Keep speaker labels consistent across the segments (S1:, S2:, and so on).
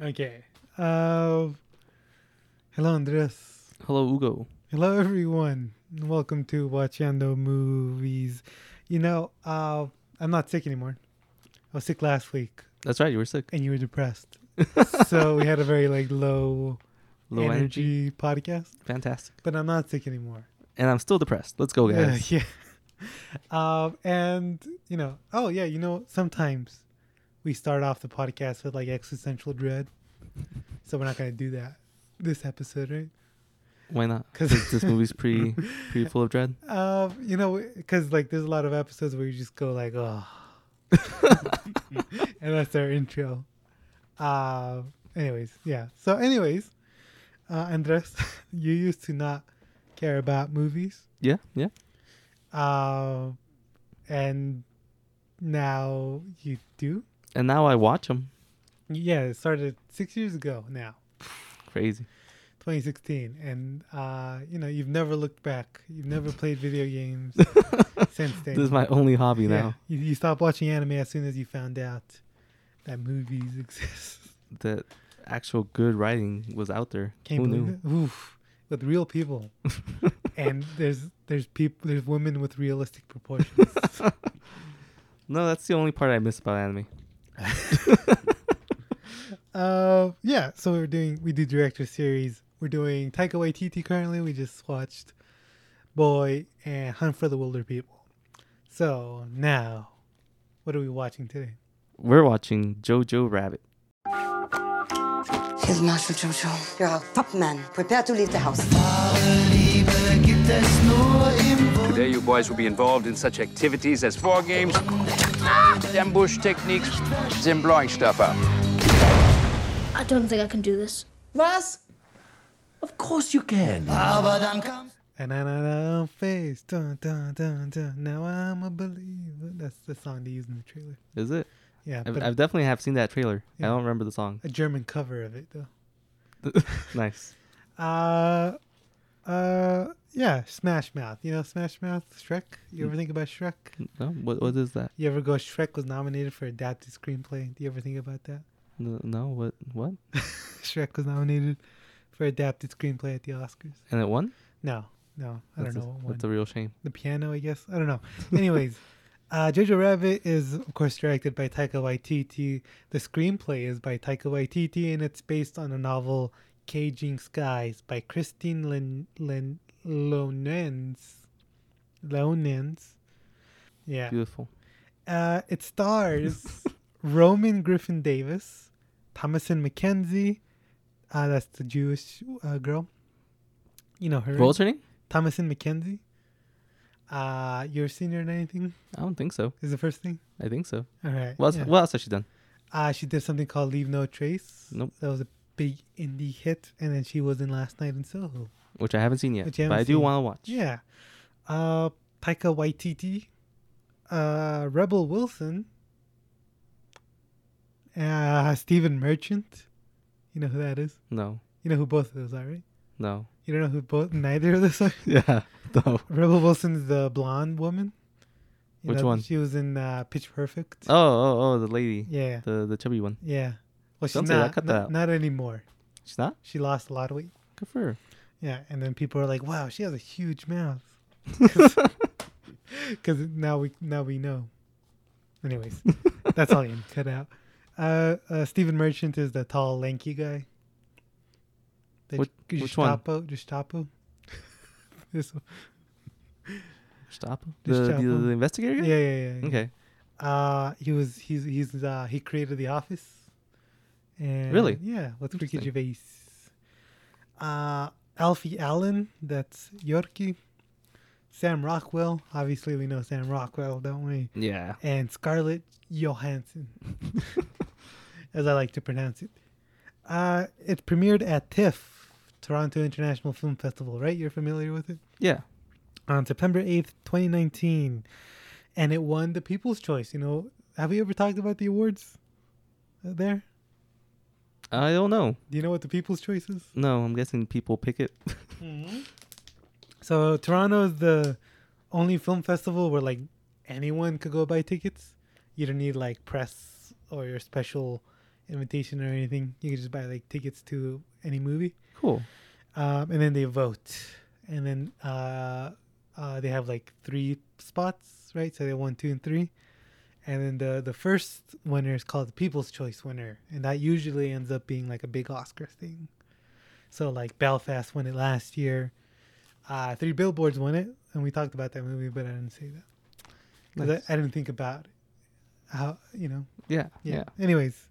S1: Okay. Uh, hello, Andres.
S2: Hello, Ugo.
S1: Hello, everyone. Welcome to Watchando Movies. You know, uh, I'm not sick anymore. I was sick last week,
S2: That's right. You were sick.
S1: and you were depressed, so we had a very like low,
S2: Low energy.
S1: energy, podcast.
S2: Fantastic.
S1: But I'm not sick anymore.
S2: And I'm still depressed. Let's go,
S1: Yeah,
S2: guys.
S1: yeah. Um, and you know, oh yeah, you know, sometimes we start off the podcast with like existential dread, so we're not gonna do that this episode, right?
S2: Why not?
S1: 'Cause-
S2: Because this movie's pretty, pretty full of dread.
S1: Um, you know, because like there's a lot of episodes where you just go like, oh, and that's our intro. Uh, anyways, yeah. So, anyways, uh, Andres, you used to not care about movies.
S2: Yeah, yeah.
S1: Um, and now you do.
S2: And now I watch them.
S1: Yeah, it started six years ago now,
S2: Crazy.
S1: 2016, and uh, you know you've never looked back. You've never played video games since then.
S2: This is my only hobby
S1: Yeah,
S2: now.
S1: you, you stopped watching anime as soon as you found out that movies exist.
S2: That actual good writing was out there.
S1: Can't
S2: Who
S1: believe
S2: knew?
S1: it. Oof, with real people, and there's there's people there's women with realistic proportions.
S2: No, that's the only part I miss about anime.
S1: Uh, yeah. So we're doing we do director series. We're doing Taika Waititi currently. We just watched Boy and Hunt for the Wilder People. So now, what are we watching today?
S2: We're watching Jojo Rabbit.
S3: Here's Marshal Jojo. You're a top man. Prepare to leave the house.
S4: Today, you boys will be involved in such activities as war games, ambush techniques, and blowing stuff up.
S5: I don't think I can do this.
S6: Of course you can.
S1: And I know face. Dun, dun, dun, dun. Now I'm a believer. That's the song they use in the trailer.
S2: Is it?
S1: Yeah,
S2: I've,
S1: but
S2: I've definitely have seen that trailer.
S1: Yeah.
S2: I don't remember the song.
S1: a German cover of it though.
S2: nice.
S1: Uh, uh, yeah. Smash Mouth. You know Smash Mouth. Shrek. You
S2: Mm.
S1: ever think about Shrek?
S2: No, what what is that?
S1: You ever go Shrek was nominated for adapted screenplay? Do you ever think about that?
S2: No, no, what what?
S1: Shrek was nominated for adapted screenplay at the Oscars.
S2: And it won.
S1: No, no, I
S2: That's
S1: don't
S2: a-
S1: know. what won.
S2: That's a real shame.
S1: The piano, I guess. I don't know. Anyways, uh, Jojo Rabbit is of course directed by Taika Waititi. The screenplay is by Taika Waititi, and it's based on a novel, Caging Skies, by Christine Len Len Lonens. Lonens. Yeah.
S2: Beautiful.
S1: Uh, it stars Roman Griffin Davis, Thomason McKenzie. Uh, that's the Jewish uh, girl. You know her.
S2: What
S1: right?
S2: was her name?
S1: Thomason McKenzie. Uh, you ever seen her in anything?
S2: I don't think so.
S1: Is the first thing.
S2: I think so.
S1: All right.
S2: What else,
S1: yeah.
S2: what else has she done?
S1: Uh, she did something called Leave No Trace.
S2: Nope.
S1: That was a big indie hit, and then she was in Last Night in Soho.
S2: Which I haven't seen yet,
S1: Which you
S2: but I
S1: haven't
S2: do
S1: seen.
S2: want to watch.
S1: Yeah. Uh, Taika Waititi, uh, Rebel Wilson, uh, Stephen Merchant. You know who that is?
S2: No,
S1: You know who both of those are, right?
S2: no.
S1: You don't know who both, neither of those are?
S2: Yeah, no.
S1: Rebel Wilson's the blonde woman.
S2: Which one?
S1: She was in uh, Pitch Perfect.
S2: Oh, oh, oh, the lady,
S1: Yeah.
S2: the the chubby one.
S1: Yeah. Well, she's not,
S2: Don't say that, cut that
S1: not,
S2: out.
S1: not anymore.
S2: She's not.
S1: She lost a lot of weight.
S2: Good for her.
S1: Yeah. And then people are like, wow, she has a huge mouth. Because now we now we know. Anyways, that's all you can cut out. Uh, uh, Stephen Merchant is the tall, lanky guy. The
S2: Which-
S1: G-
S2: which one?
S1: Gestapo- Gestapo. this one.
S2: Stop. The,
S1: Just
S2: the,
S1: chop him.
S2: the investigator.
S1: Yeah,
S2: Guy?
S1: yeah, yeah. yeah.
S2: Okay.
S1: Uh, he was he's he's uh he created The Office. And
S2: Really?
S1: Yeah, with Ricky
S2: Interesting.
S1: Gervais. Uh, Alfie Allen, that's Yorkie. Sam Rockwell, obviously we know Sam Rockwell, don't we?
S2: Yeah.
S1: And Scarlett Johansson, as I like to pronounce it. Uh, it premiered at TIFF, Toronto International Film Festival, right? You're familiar with it?
S2: Yeah.
S1: on September 8th, 2019. And it won the People's Choice. You know, have we ever talked about the awards uh, there?
S2: I don't know.
S1: Do you know what the People's Choice is?
S2: No, I'm guessing people pick it.
S1: So, Toronto is the only film festival where like anyone could go buy tickets. You don't need like press or your special invitation or anything. You can just buy like tickets to any movie,
S2: Cool.
S1: um, and then they vote, and then uh, uh, they have like three spots, right? So they won two and three, and then the the first winner is called the People's Choice winner, and that usually ends up being like a big Oscar thing. So like Belfast won it last year, uh, Three Billboards won it, and we talked about that movie, but I didn't say that. 'Cause I-
S2: Nice.
S1: I didn't think about how you know
S2: Yeah. Yeah.
S1: yeah. Anyways,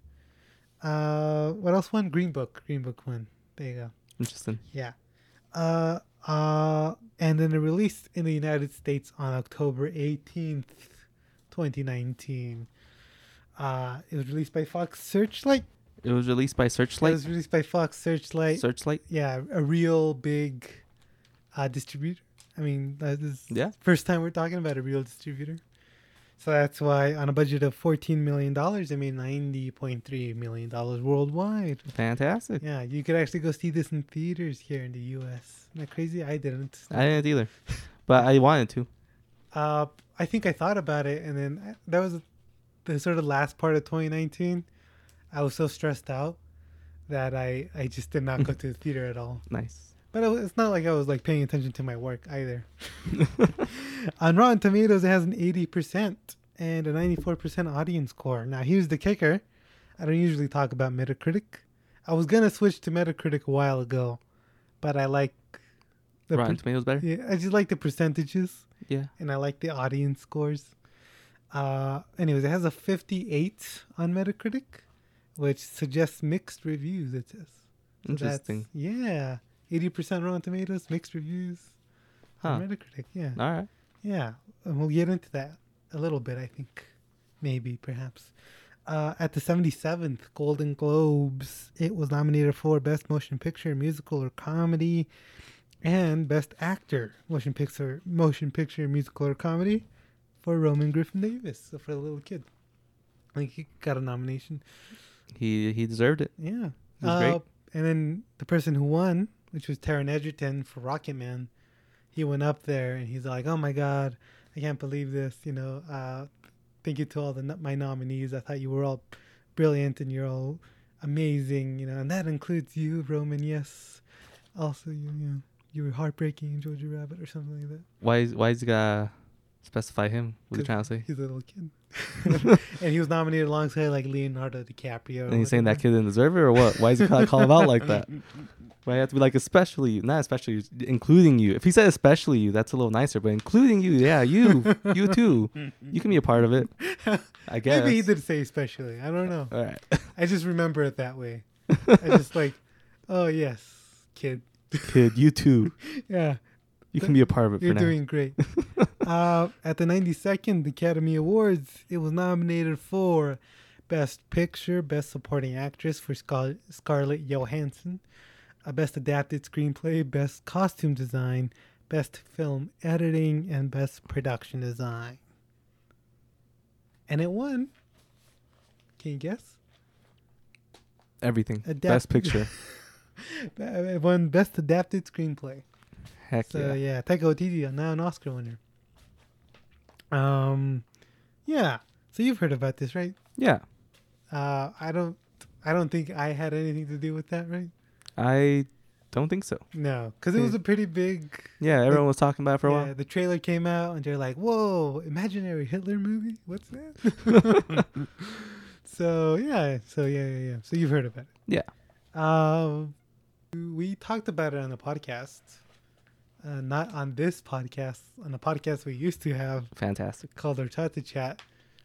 S1: uh, what else won? Green Book. Green Book won. There you go.
S2: Interesting.
S1: Yeah. Uh, uh, and then it released in the United States on October 18th, 2019. Uh, it was released by Fox Searchlight.
S2: It was released by
S1: It
S2: Searchlight.
S1: was released by Fox Searchlight.
S2: Searchlight.
S1: yeah, a real big uh, distributor. I mean, that is
S2: Yeah.
S1: first time we're talking about a real distributor. So that's why on a budget of fourteen million dollars, I made ninety point three million dollars worldwide.
S2: Fantastic.
S1: Yeah, you could actually go see this in theaters here in the U.S. Isn't that crazy? I didn't.
S2: I didn't either, but I wanted to.
S1: Uh, I think I thought about it, and then I- that was the sort of last part of 2019. I was so stressed out that I I just did not go to the theater at all.
S2: Nice.
S1: But it was, it's not like I was like paying attention to my work either. On Rotten Tomatoes, it has an 80% and a 94% audience score. Now, here's the kicker I don't usually talk about Metacritic. I was going to switch to Metacritic a while ago, but I like the.
S2: Rotten
S1: per-
S2: Tomatoes better.
S1: yeah, I just like the percentages
S2: Yeah.
S1: and I like the audience scores. Uh, anyways, it has a 58 on Metacritic, which suggests mixed reviews. It says. So that's-
S2: Interesting.
S1: Yeah, 80% Rotten Tomatoes, mixed reviews on
S2: Huh.
S1: Metacritic. Yeah,
S2: All right.
S1: yeah, and we'll get into that a little bit. I think, maybe, perhaps. Uh, at the 77th Golden Globes, it was nominated for Best Motion Picture, Musical, or Comedy, and Best Actor, Motion Picture, Motion Picture, Musical, or Comedy, for Roman Griffin Davis. So for the little kid, I think he got a nomination.
S2: He he deserved it.
S1: Yeah. Uh,
S2: It was great.
S1: And then the person who won, which was Taron Egerton for Rocket Man, he went up there and he's like, "Oh my God, I can't believe this! You know, uh, thank you to all the no- my nominees. I thought you were all brilliant and you're all amazing. You know, and that includes you, Roman. Yes, also you, you know, you were heartbreaking in Georgia Rabbit or something like that.
S2: Why is why is he gotta specify him? What are you trying to say?
S1: He's a little kid, and he was nominated alongside like Leonardo DiCaprio. or
S2: And he's saying
S1: whatever.
S2: that kid didn't deserve it, or what? Why is he gotta call him out like that? Why you have to be like, especially you- not especially you, including you. If he said especially you, that's a little nicer. But including you, yeah, you, you too, you can be a part of it. I guess.
S1: Maybe he did say especially. I don't know.
S2: All right,
S1: I just remember it that way. I just like, oh yes, kid.
S2: kid, you too,
S1: Yeah,
S2: you can be a part of it
S1: you're
S2: for
S1: doing great. uh, at the 92nd Academy Awards, it was nominated for Best Picture, Best Supporting Actress for Scar- Scarlett Johansson, uh, Best Adapted Screenplay, Best Costume Design, Best Film Editing, and Best Production Design. And it won. Can you guess?
S2: now. Everything.
S1: Adapt-
S2: Best picture.
S1: It won Best Adapted Screenplay.
S2: Heck
S1: So
S2: yeah.
S1: yeah, Taika Waititi are now an Oscar winner. Um, yeah. So you've heard about this, right?
S2: Yeah.
S1: Uh, I don't, I don't think I had anything to do with that, right?
S2: I don't think so.
S1: No, because it was a pretty big.
S2: Yeah, everyone was talking about it for a
S1: Yeah,
S2: while.
S1: the trailer came out and they're like, "Whoa, imaginary Hitler movie? What's that?" so yeah, so yeah, yeah, yeah. So you've heard about it.
S2: Yeah.
S1: Um, we talked about it on the podcast, uh, not on this podcast, on a podcast we used to have
S2: Fantastic.
S1: called our chat to chat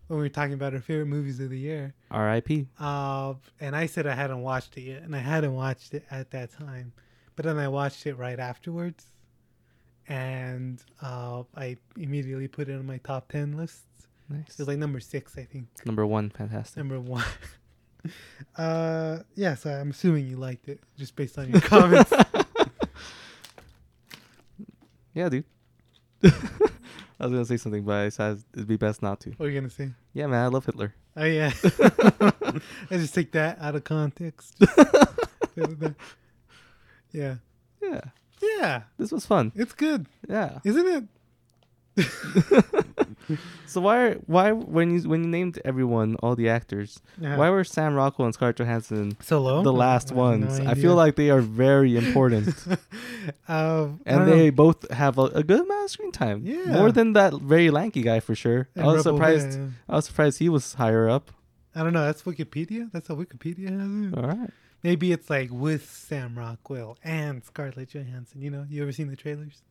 S1: when we were talking about our favorite movies of the year.
S2: R.I.P.
S1: Uh, and I said I hadn't watched it yet, and I hadn't watched it at that time, but then I watched it right afterwards, and uh, I immediately put it on my top ten list.
S2: Nice.
S1: It was like number six, I think,
S2: Number one, fantastic.
S1: number one. uh, yeah, so I'm assuming you liked it just based on your comments.
S2: Yeah, dude. I was gonna say something, but I decided it'd be best not to.
S1: what are you gonna say?
S2: Yeah, man, I love Hitler.
S1: Oh yeah, I just take that out of context. yeah,
S2: Yeah,
S1: yeah,
S2: this was fun.
S1: it's good,
S2: Yeah,
S1: isn't it?
S2: So why why when you when you named everyone all the actors,
S1: Yeah.
S2: why were Sam Rockwell and Scarlett Johansson
S1: Solo.
S2: the last
S1: I have no
S2: ones? I
S1: idea.
S2: feel like they are very important,
S1: Uh, I don't
S2: and
S1: know.
S2: they both have a, a good amount of screen time.
S1: Yeah.
S2: more than that very lanky guy for sure.
S1: And
S2: I was
S1: Rebel,
S2: surprised.
S1: yeah.
S2: I was surprised he was higher up.
S1: I don't know. That's Wikipedia. That's how Wikipedia has it.
S2: All right.
S1: Maybe it's like with Sam Rockwell and Scarlett Johansson. You know, you ever seen the trailers?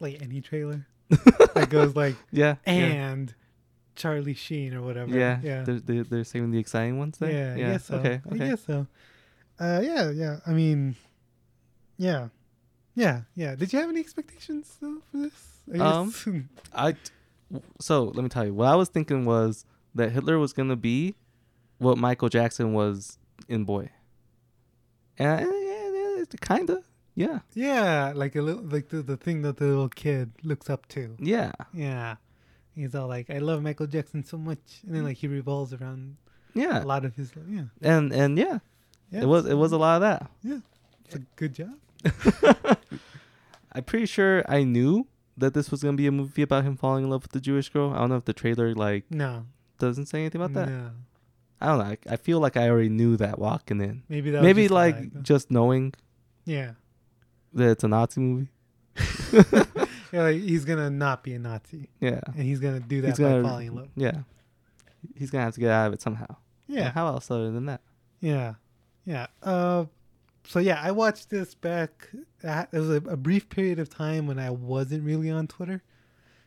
S1: Like any trailer that goes like
S2: Yeah. yeah.
S1: and Charlie Sheen or whatever.
S2: Yeah,
S1: yeah,
S2: They're, they're, they're saving the exciting ones there.
S1: yeah. I guess so.
S2: Okay. Okay.
S1: I guess so. Uh, yeah, yeah. I mean, yeah, yeah, yeah. Did you have any expectations though for this? I guess-
S2: Um, I so let me tell you what I was thinking was that Hitler was gonna be what Michael Jackson was in Boy, and uh, yeah, yeah, it's kinda yeah
S1: yeah, like a little, like the, the thing that the little kid looks up to.
S2: yeah
S1: Yeah. He's all like, I love Michael Jackson so much. And then, like, he revolves around a
S2: yeah
S1: lot of his. Yeah.
S2: and and yeah,
S1: yeah
S2: it was it was a lot of that.
S1: Yeah. It's a good job.
S2: I'm pretty sure I knew that this was gonna be a movie about him falling in love with the Jewish girl. I don't know if the trailer like
S1: No.
S2: doesn't say anything about that.
S1: No.
S2: I don't know. I, I feel like I already knew that walking in.
S1: Maybe that was
S2: Maybe
S1: just uh, a
S2: like
S1: vibe.
S2: just knowing
S1: Yeah.
S2: that it's a Nazi movie.
S1: Yeah, like, he's going to not be a Nazi.
S2: Yeah.
S1: And he's going to do that
S2: He's
S1: by
S2: gonna-
S1: falling in love.
S2: Yeah. He's gonna have to get out of it somehow.
S1: Yeah.
S2: How else other than that?
S1: Yeah. Yeah. Uh, so, yeah, I watched this back. I- It was a, a brief period of time when I wasn't really on Twitter.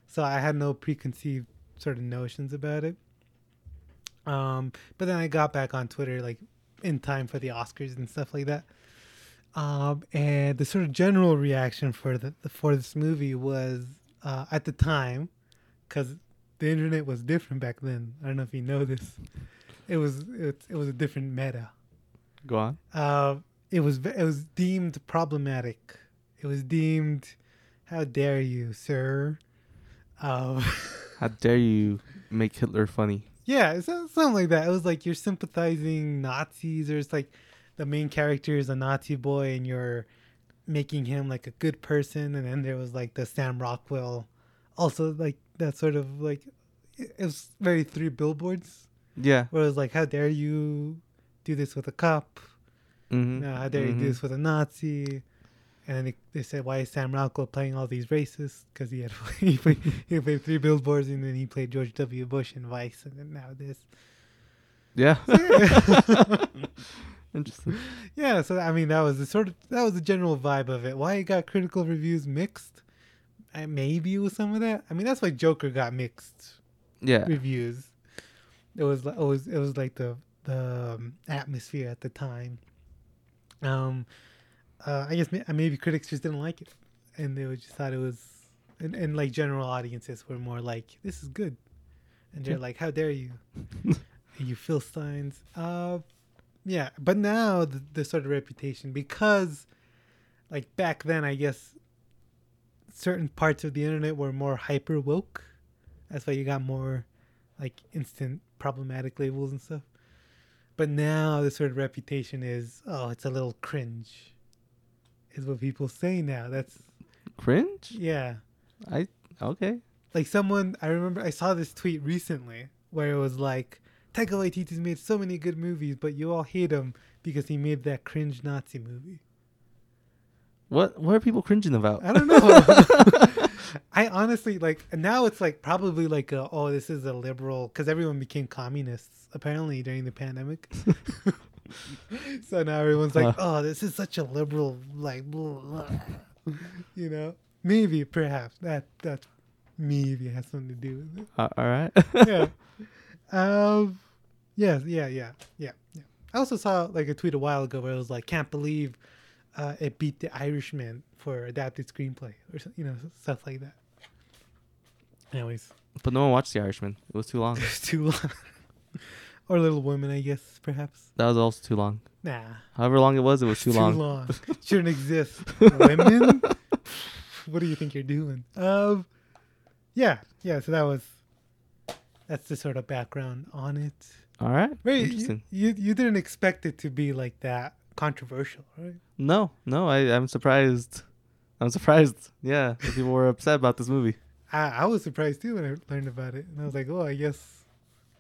S1: So I had no preconceived sort of notions about it. Um, but then I got back on Twitter like in time for the Oscars and stuff like that. Um, and the sort of general reaction for the for this movie was uh, at the time, because the internet was different back then. I don't know if you know this. It was it, it was a different meta.
S2: Go on.
S1: Uh, it was ve- it was deemed problematic. It was deemed, how dare you, sir? Um,
S2: How dare you make Hitler funny?
S1: Yeah, it's so- something like that. It was like you're sympathizing Nazis, or it's like the main character is a Nazi boy, and you're making him like a good person. And then there was like the Sam Rockwell, also like that sort of like it it was very three billboards,
S2: Yeah.
S1: where it was like, how dare you do this with a cop?
S2: Mm-hmm.
S1: No, uh, how dare you do this with a Nazi? And then they, they said, why is Sam Rockwell playing all these racists? Because he had he played, he played three billboards, and then he played George W. Bush in Vice, and then now this.
S2: Yeah. Mm-hmm. Interesting.
S1: Yeah, so I mean that was the sort of that was the general vibe of it. Why it got critical reviews mixed? Uh, maybe it was some of that. I mean that's why Joker got mixed
S2: Yeah.
S1: reviews. It was li- it was it was like the the um, atmosphere at the time. Um, uh, I guess may- maybe critics just didn't like it, and they would just thought it was, and, and like general audiences were more like this is good, and they're like how dare you, you Philistines. Uh, yeah, but now the, the sort of reputation because, like back then, I guess certain parts of the internet were more hyper woke. That's why you got more like instant problematic labels and stuff. But now the sort of reputation is, oh, it's a little cringe, is what people say now. That's
S2: Cringe?
S1: yeah.
S2: I okay.
S1: Like someone, I remember I saw this tweet recently where it was like, Taika Waititi's made so many good movies, but you all hate him because he made that cringe Nazi movie.
S2: What what are people cringing about?
S1: I don't know. I honestly like now it's like probably like a, oh this is a liberal because everyone became communists apparently during the pandemic. so now everyone's like oh this is such a liberal like blah, blah," you know maybe perhaps that that maybe has something to do with it
S2: Uh, all right.
S1: yeah. Um. Yeah. Yeah. Yeah. Yeah. Yeah. I also saw like a tweet a while ago where it was like, "Can't believe uh, it beat The Irishman for adapted screenplay," or so- you know stuff like that. Anyways,
S2: but no one watched The Irishman. It was too long.
S1: it's too long. or Little Women, I guess perhaps.
S2: That was also too long.
S1: Nah,
S2: However long it was, it was too, long.
S1: Shouldn't exist. Women, what do you think you're doing? Um. Yeah. Yeah. So that was. That's the sort of background on it.
S2: All right.
S1: Wait, you-
S2: Interesting.
S1: You, you didn't expect it to be like that controversial, right?
S2: No, no, I I'm surprised. I'm surprised. Yeah, that people were upset about this movie.
S1: I, I was surprised too when I learned about it, and I was like, "Oh, I guess,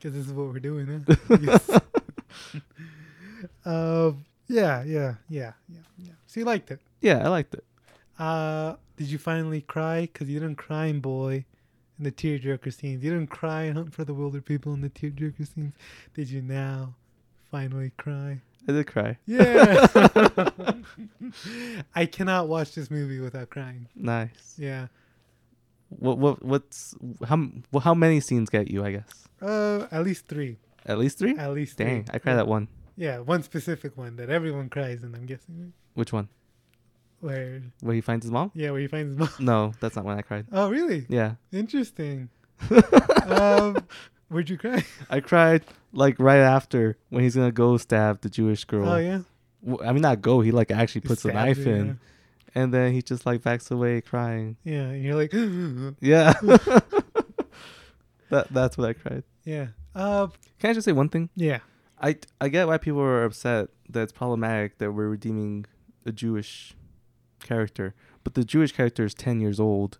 S1: guess this is what we're doing." Huh? I guess. um, yeah, yeah, yeah, yeah, yeah. So you liked it.
S2: Yeah, I liked it.
S1: Uh, did you finally cry? Because you didn't cry in Boy in the tearjerker scenes. You didn't cry in Hunt for the Wilder People in the tearjerker scenes. Did you now finally cry?
S2: I did cry.
S1: Yeah. I cannot watch this movie without crying.
S2: Nice.
S1: Yeah.
S2: What what what's how m- well, how many scenes get you? I guess
S1: Uh, at least three.
S2: at least three.
S1: At least
S2: Dang,
S1: three.
S2: I cried at one.
S1: Yeah, one specific one that everyone cries in, I'm guessing.
S2: Which one?
S1: Where,
S2: Where he finds his mom?
S1: yeah, where he finds his mom.
S2: No, that's not when I cried.
S1: Oh, really?
S2: Yeah,
S1: Interesting. um, where'd you cry?
S2: I cried like right after when he's gonna go stab the Jewish girl.
S1: Oh, yeah.
S2: Well, I mean, not go. He like actually
S1: He
S2: puts a
S1: stabs
S2: knife
S1: her,
S2: in, and then he just like backs away crying.
S1: Yeah, and you're like,
S2: Yeah. that that's what I cried.
S1: yeah. Uh,
S2: Can I just say one thing?
S1: yeah.
S2: I I get why people are upset that it's problematic that we're redeeming a Jewish character, but the Jewish character is ten years old,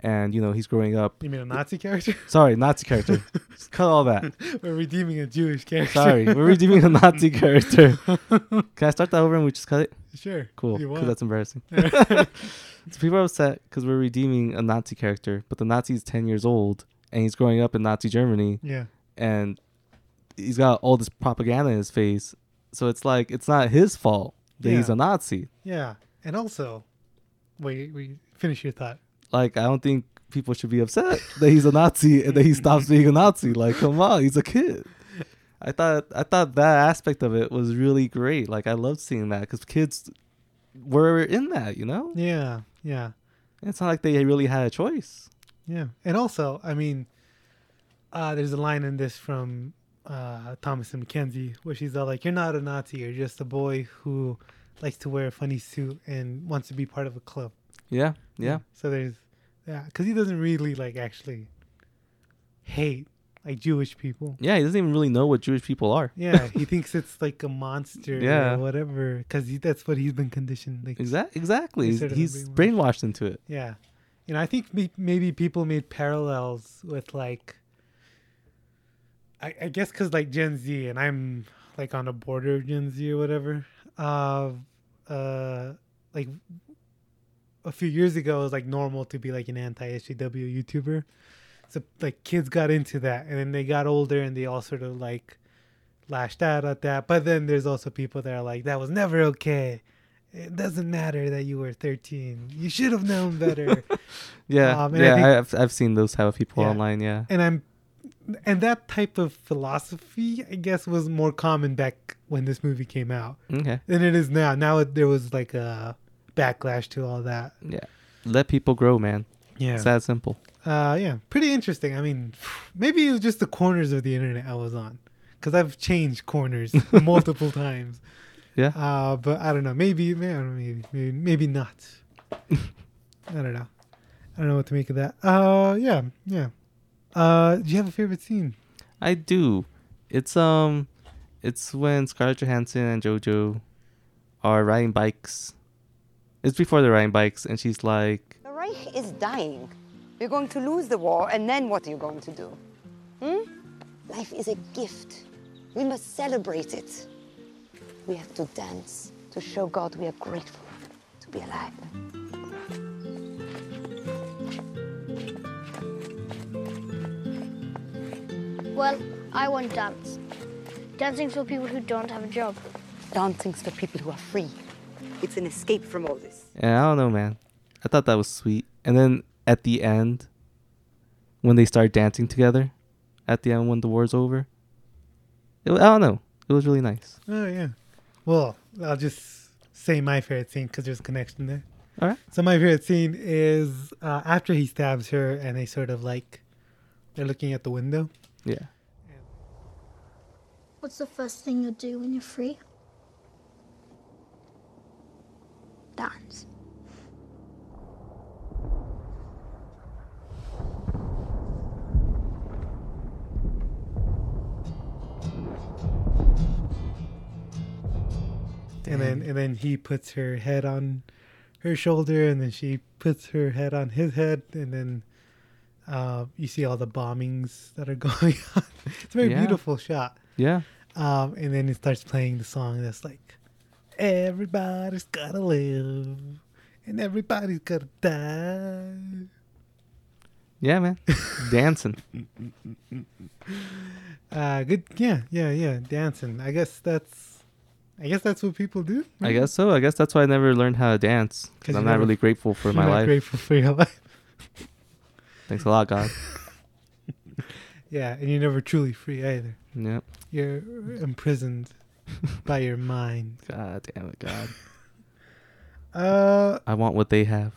S2: and you know he's growing up.
S1: You mean a Nazi character?
S2: Sorry, Nazi character. Just cut all that.
S1: We're redeeming a Jewish character.
S2: Sorry, we're redeeming a Nazi character. Can I start that over and we just cut it?
S1: Sure.
S2: Cool,
S1: if You
S2: because
S1: want.
S2: that's embarrassing. so people are upset because we're redeeming a Nazi character, but the Nazi is ten years old and he's growing up in Nazi Germany,
S1: yeah.
S2: and he's got all this propaganda in his face. So it's like it's not his fault that he's
S1: Yeah.
S2: a Nazi.
S1: Yeah. And also, wait, wait, finish your thought.
S2: Like I don't think people should be upset that he's a Nazi and that he stops being a Nazi. Like come on, he's a kid. I thought I thought that aspect of it was really great. Like I loved seeing that because kids were in that, you know.
S1: Yeah. Yeah.
S2: It's not like they really had a choice.
S1: Yeah. And also, I mean, uh, there's a line in this from uh, Thomas and Mackenzie where she's all like, You're not a Nazi. You're just a boy who likes to wear a funny suit and wants to be part of a club.
S2: Yeah, yeah.
S1: So there's, yeah, because he doesn't really like actually hate like Jewish people.
S2: Yeah, he doesn't even really know what Jewish people are.
S1: Yeah, he thinks it's like a monster
S2: Yeah.
S1: or whatever, because that's what he's been conditioned. Like,
S2: Exactly. Exactly.
S1: He's sort of
S2: He's
S1: brainwashed.
S2: brainwashed into it.
S1: yeah, and I think may- maybe people made parallels with like, I, I guess because like Gen Z, and I'm like on the border of Gen Z or whatever. Uh, uh, like a few years ago, it was like normal to be like an anti-SJW YouTuber. So like kids got into that, and then they got older, and they all sort of like lashed out at that. But then there's also people that are like, that was never okay. It doesn't matter that you were 13. You should have known better.
S2: Yeah,
S1: Um, and I
S2: yeah.
S1: think-
S2: I have I've seen those type of people
S1: Yeah.
S2: online. Yeah,
S1: and I'm, and that type of philosophy, I guess, was more common back when this movie came out
S2: okay.
S1: than it is now. Now it, there was like a backlash to all that.
S2: Yeah, let people grow, man.
S1: Yeah.
S2: It's that simple.
S1: uh, yeah, pretty interesting. I mean, maybe it was just the corners of the internet I was on, because I've changed corners multiple times.
S2: Yeah.
S1: Uh, but I don't know. Maybe, may- I don't know, maybe, maybe, maybe not. I don't know. I don't know what to make of that. Uh, yeah, yeah. Uh, do you have a favorite scene?
S2: I do. It's um, it's when Scarlett Johansson and JoJo are riding bikes. It's before they're riding bikes, and she's like,
S3: The Reich is dying. We're going to lose the war, and then what are you going to do? Hmm? Life is a gift. We must celebrate it. We have to dance to show God we are grateful to be alive.
S5: Well, I want dance. Dancing's for people who don't have a job.
S3: Dancing's for people who are free. It's an escape from all this.
S2: and "Eh, I don't know, man. I thought that was sweet. And then at the end, when they start dancing together, at the end when the war's over, it, wa- I don't know. It was really nice.
S1: Oh yeah. Well, I'll just say my favorite scene because there's a connection there.
S2: All right.
S1: So my favorite scene is uh, after he stabs her, and they sort of like they're looking at the window.
S2: Yeah.
S5: What's the first thing you'll do when you're free? Dance.
S1: and then and then he puts her head on her shoulder and then she puts her head on his head and then Uh, you see all the bombings that are going on. It's a very
S2: Yeah.
S1: beautiful shot.
S2: Yeah.
S1: Um, and then it starts playing the song that's like, everybody's gotta live and everybody's gotta die.
S2: Yeah, man. Dancing.
S1: Uh, good. Yeah, yeah, yeah. Dancing. I guess that's, I guess that's what people do.
S2: I guess so. I guess that's why I never learned how to dance
S1: 'Cause
S2: because
S1: you
S2: I'm not
S1: never-
S2: really grateful for
S1: You're
S2: my
S1: not
S2: life.
S1: Grateful for your life.
S2: Thanks a lot, God.
S1: Yeah, and you're never truly free either.
S2: yep.
S1: You're imprisoned by your mind.
S2: God damn it, God.
S1: Uh,
S2: I want what they have.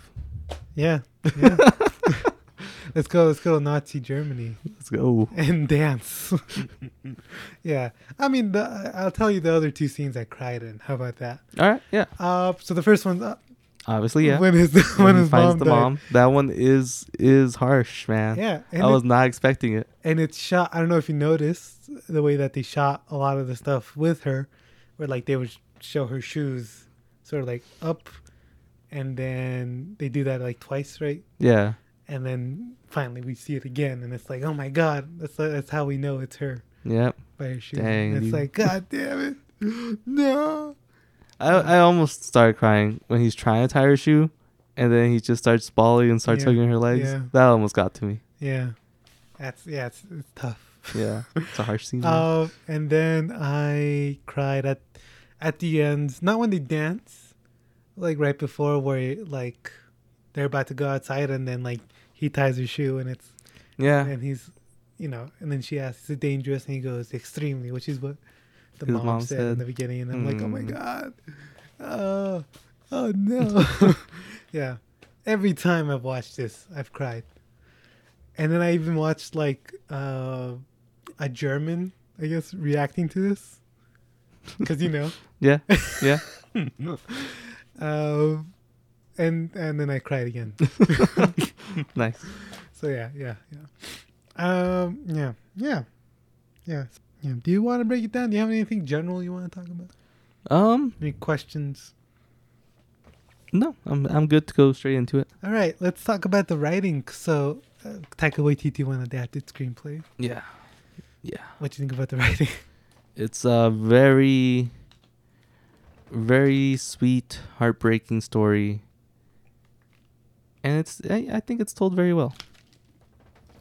S1: yeah. yeah. let's go. Let's go to Nazi Germany
S2: Let's go.
S1: and dance. yeah, I mean, the, I'll tell you the other two scenes I cried in. How about that?
S2: All right. Yeah.
S1: Uh, so the first one, uh,
S2: Obviously, yeah.
S1: when his when,
S2: he
S1: his mom,
S2: finds the
S1: died.
S2: mom, that one is is harsh, man.
S1: Yeah, and
S2: I
S1: it-
S2: was not expecting it.
S1: and it's shot. I don't know if you noticed the way that they shot a lot of the stuff with her, where like they would sh- show her shoes sort of like up, and then they do that like twice, right?
S2: Yeah.
S1: And then finally we see it again, and it's like, oh my god, that's that's how we know it's her
S2: Yep.
S1: by her shoes.
S2: Dang,
S1: it's
S2: dude.
S1: like, god damn it, no.
S2: I I almost started crying when he's trying to tie her shoe, and then he just starts balling and starts
S1: Yeah,
S2: hugging her legs.
S1: yeah.
S2: That almost got to me.
S1: Yeah, that's yeah, it's, it's tough.
S2: Yeah. It's a harsh scene. man.
S1: Uh, and then I cried at at the end, not when they dance, like right before where like they're about to go outside and then like he ties her shoe and it's
S2: yeah.
S1: and he's you know and then she asks is it dangerous and he goes extremely which is what the
S2: His
S1: mom,
S2: mom
S1: said, in
S2: said.
S1: the beginning and I'm like oh my
S2: Mm.
S1: god oh oh no yeah every time I've watched this I've cried and then I even watched like uh, a German I guess reacting to this because you know
S2: Yeah. Yeah.
S1: uh, and and then I cried again
S2: nice.
S1: So yeah, yeah, yeah. Um, yeah, yeah, yeah, yeah. Do you want to break it down? Do you have anything general you want to talk about?
S2: Um.
S1: Any questions?
S2: No. I'm I'm good to go straight into it.
S1: All right, let's talk about the writing. So, uh, Taika Waititi won adapted screenplay.
S2: Yeah. Yeah.
S1: What do you think about the writing?
S2: It's a very, very sweet, heartbreaking story, and it's. I, I think it's told very well.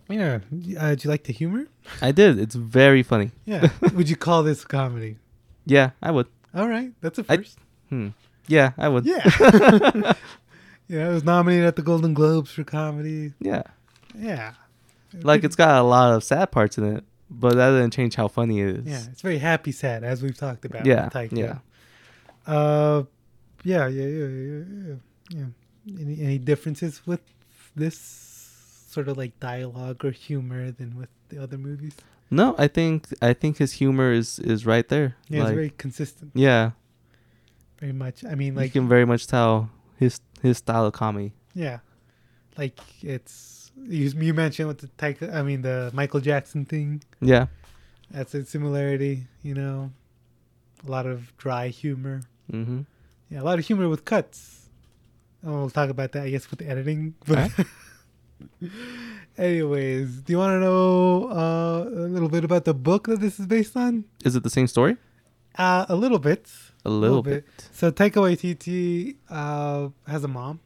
S1: Yeah. Uh, do you like the humor?
S2: I did. It's very funny.
S1: Yeah. Would you call this comedy?
S2: Yeah, I would.
S1: All right, that's a
S2: I-
S1: first.
S2: Hmm. Yeah, I would.
S1: Yeah. yeah, it was nominated at the Golden Globes for comedy.
S2: Yeah.
S1: Yeah.
S2: Like it's got a lot of sad parts in it, but that doesn't change how funny it is.
S1: Yeah, it's very happy sad as we've talked about. with
S2: Yeah.
S1: Taika.
S2: yeah.
S1: Uh, yeah, yeah, yeah, yeah, yeah, yeah. yeah. Any any differences with this sort of like dialogue or humor than with the other movies?
S2: No, I think I think his humor is is right there.
S1: Yeah,
S2: Like,
S1: it's very consistent,
S2: yeah.
S1: very much. I mean,
S2: you
S1: like,
S2: can very much tell his his style of comedy.
S1: yeah, like it's you, you mentioned with the Taika, I mean the Michael Jackson thing.
S2: Yeah.
S1: That's a similarity, you know. A lot of dry humor.
S2: Mm-hmm.
S1: Yeah, a lot of humor with cuts. And we'll talk about that, I guess, with editing. But anyways, do you want to know uh, a little bit about the book that this is based on?
S2: Is it the same story?
S1: Uh, a little bit.
S2: A little bit.
S1: So Taika Waititi uh, has a mom,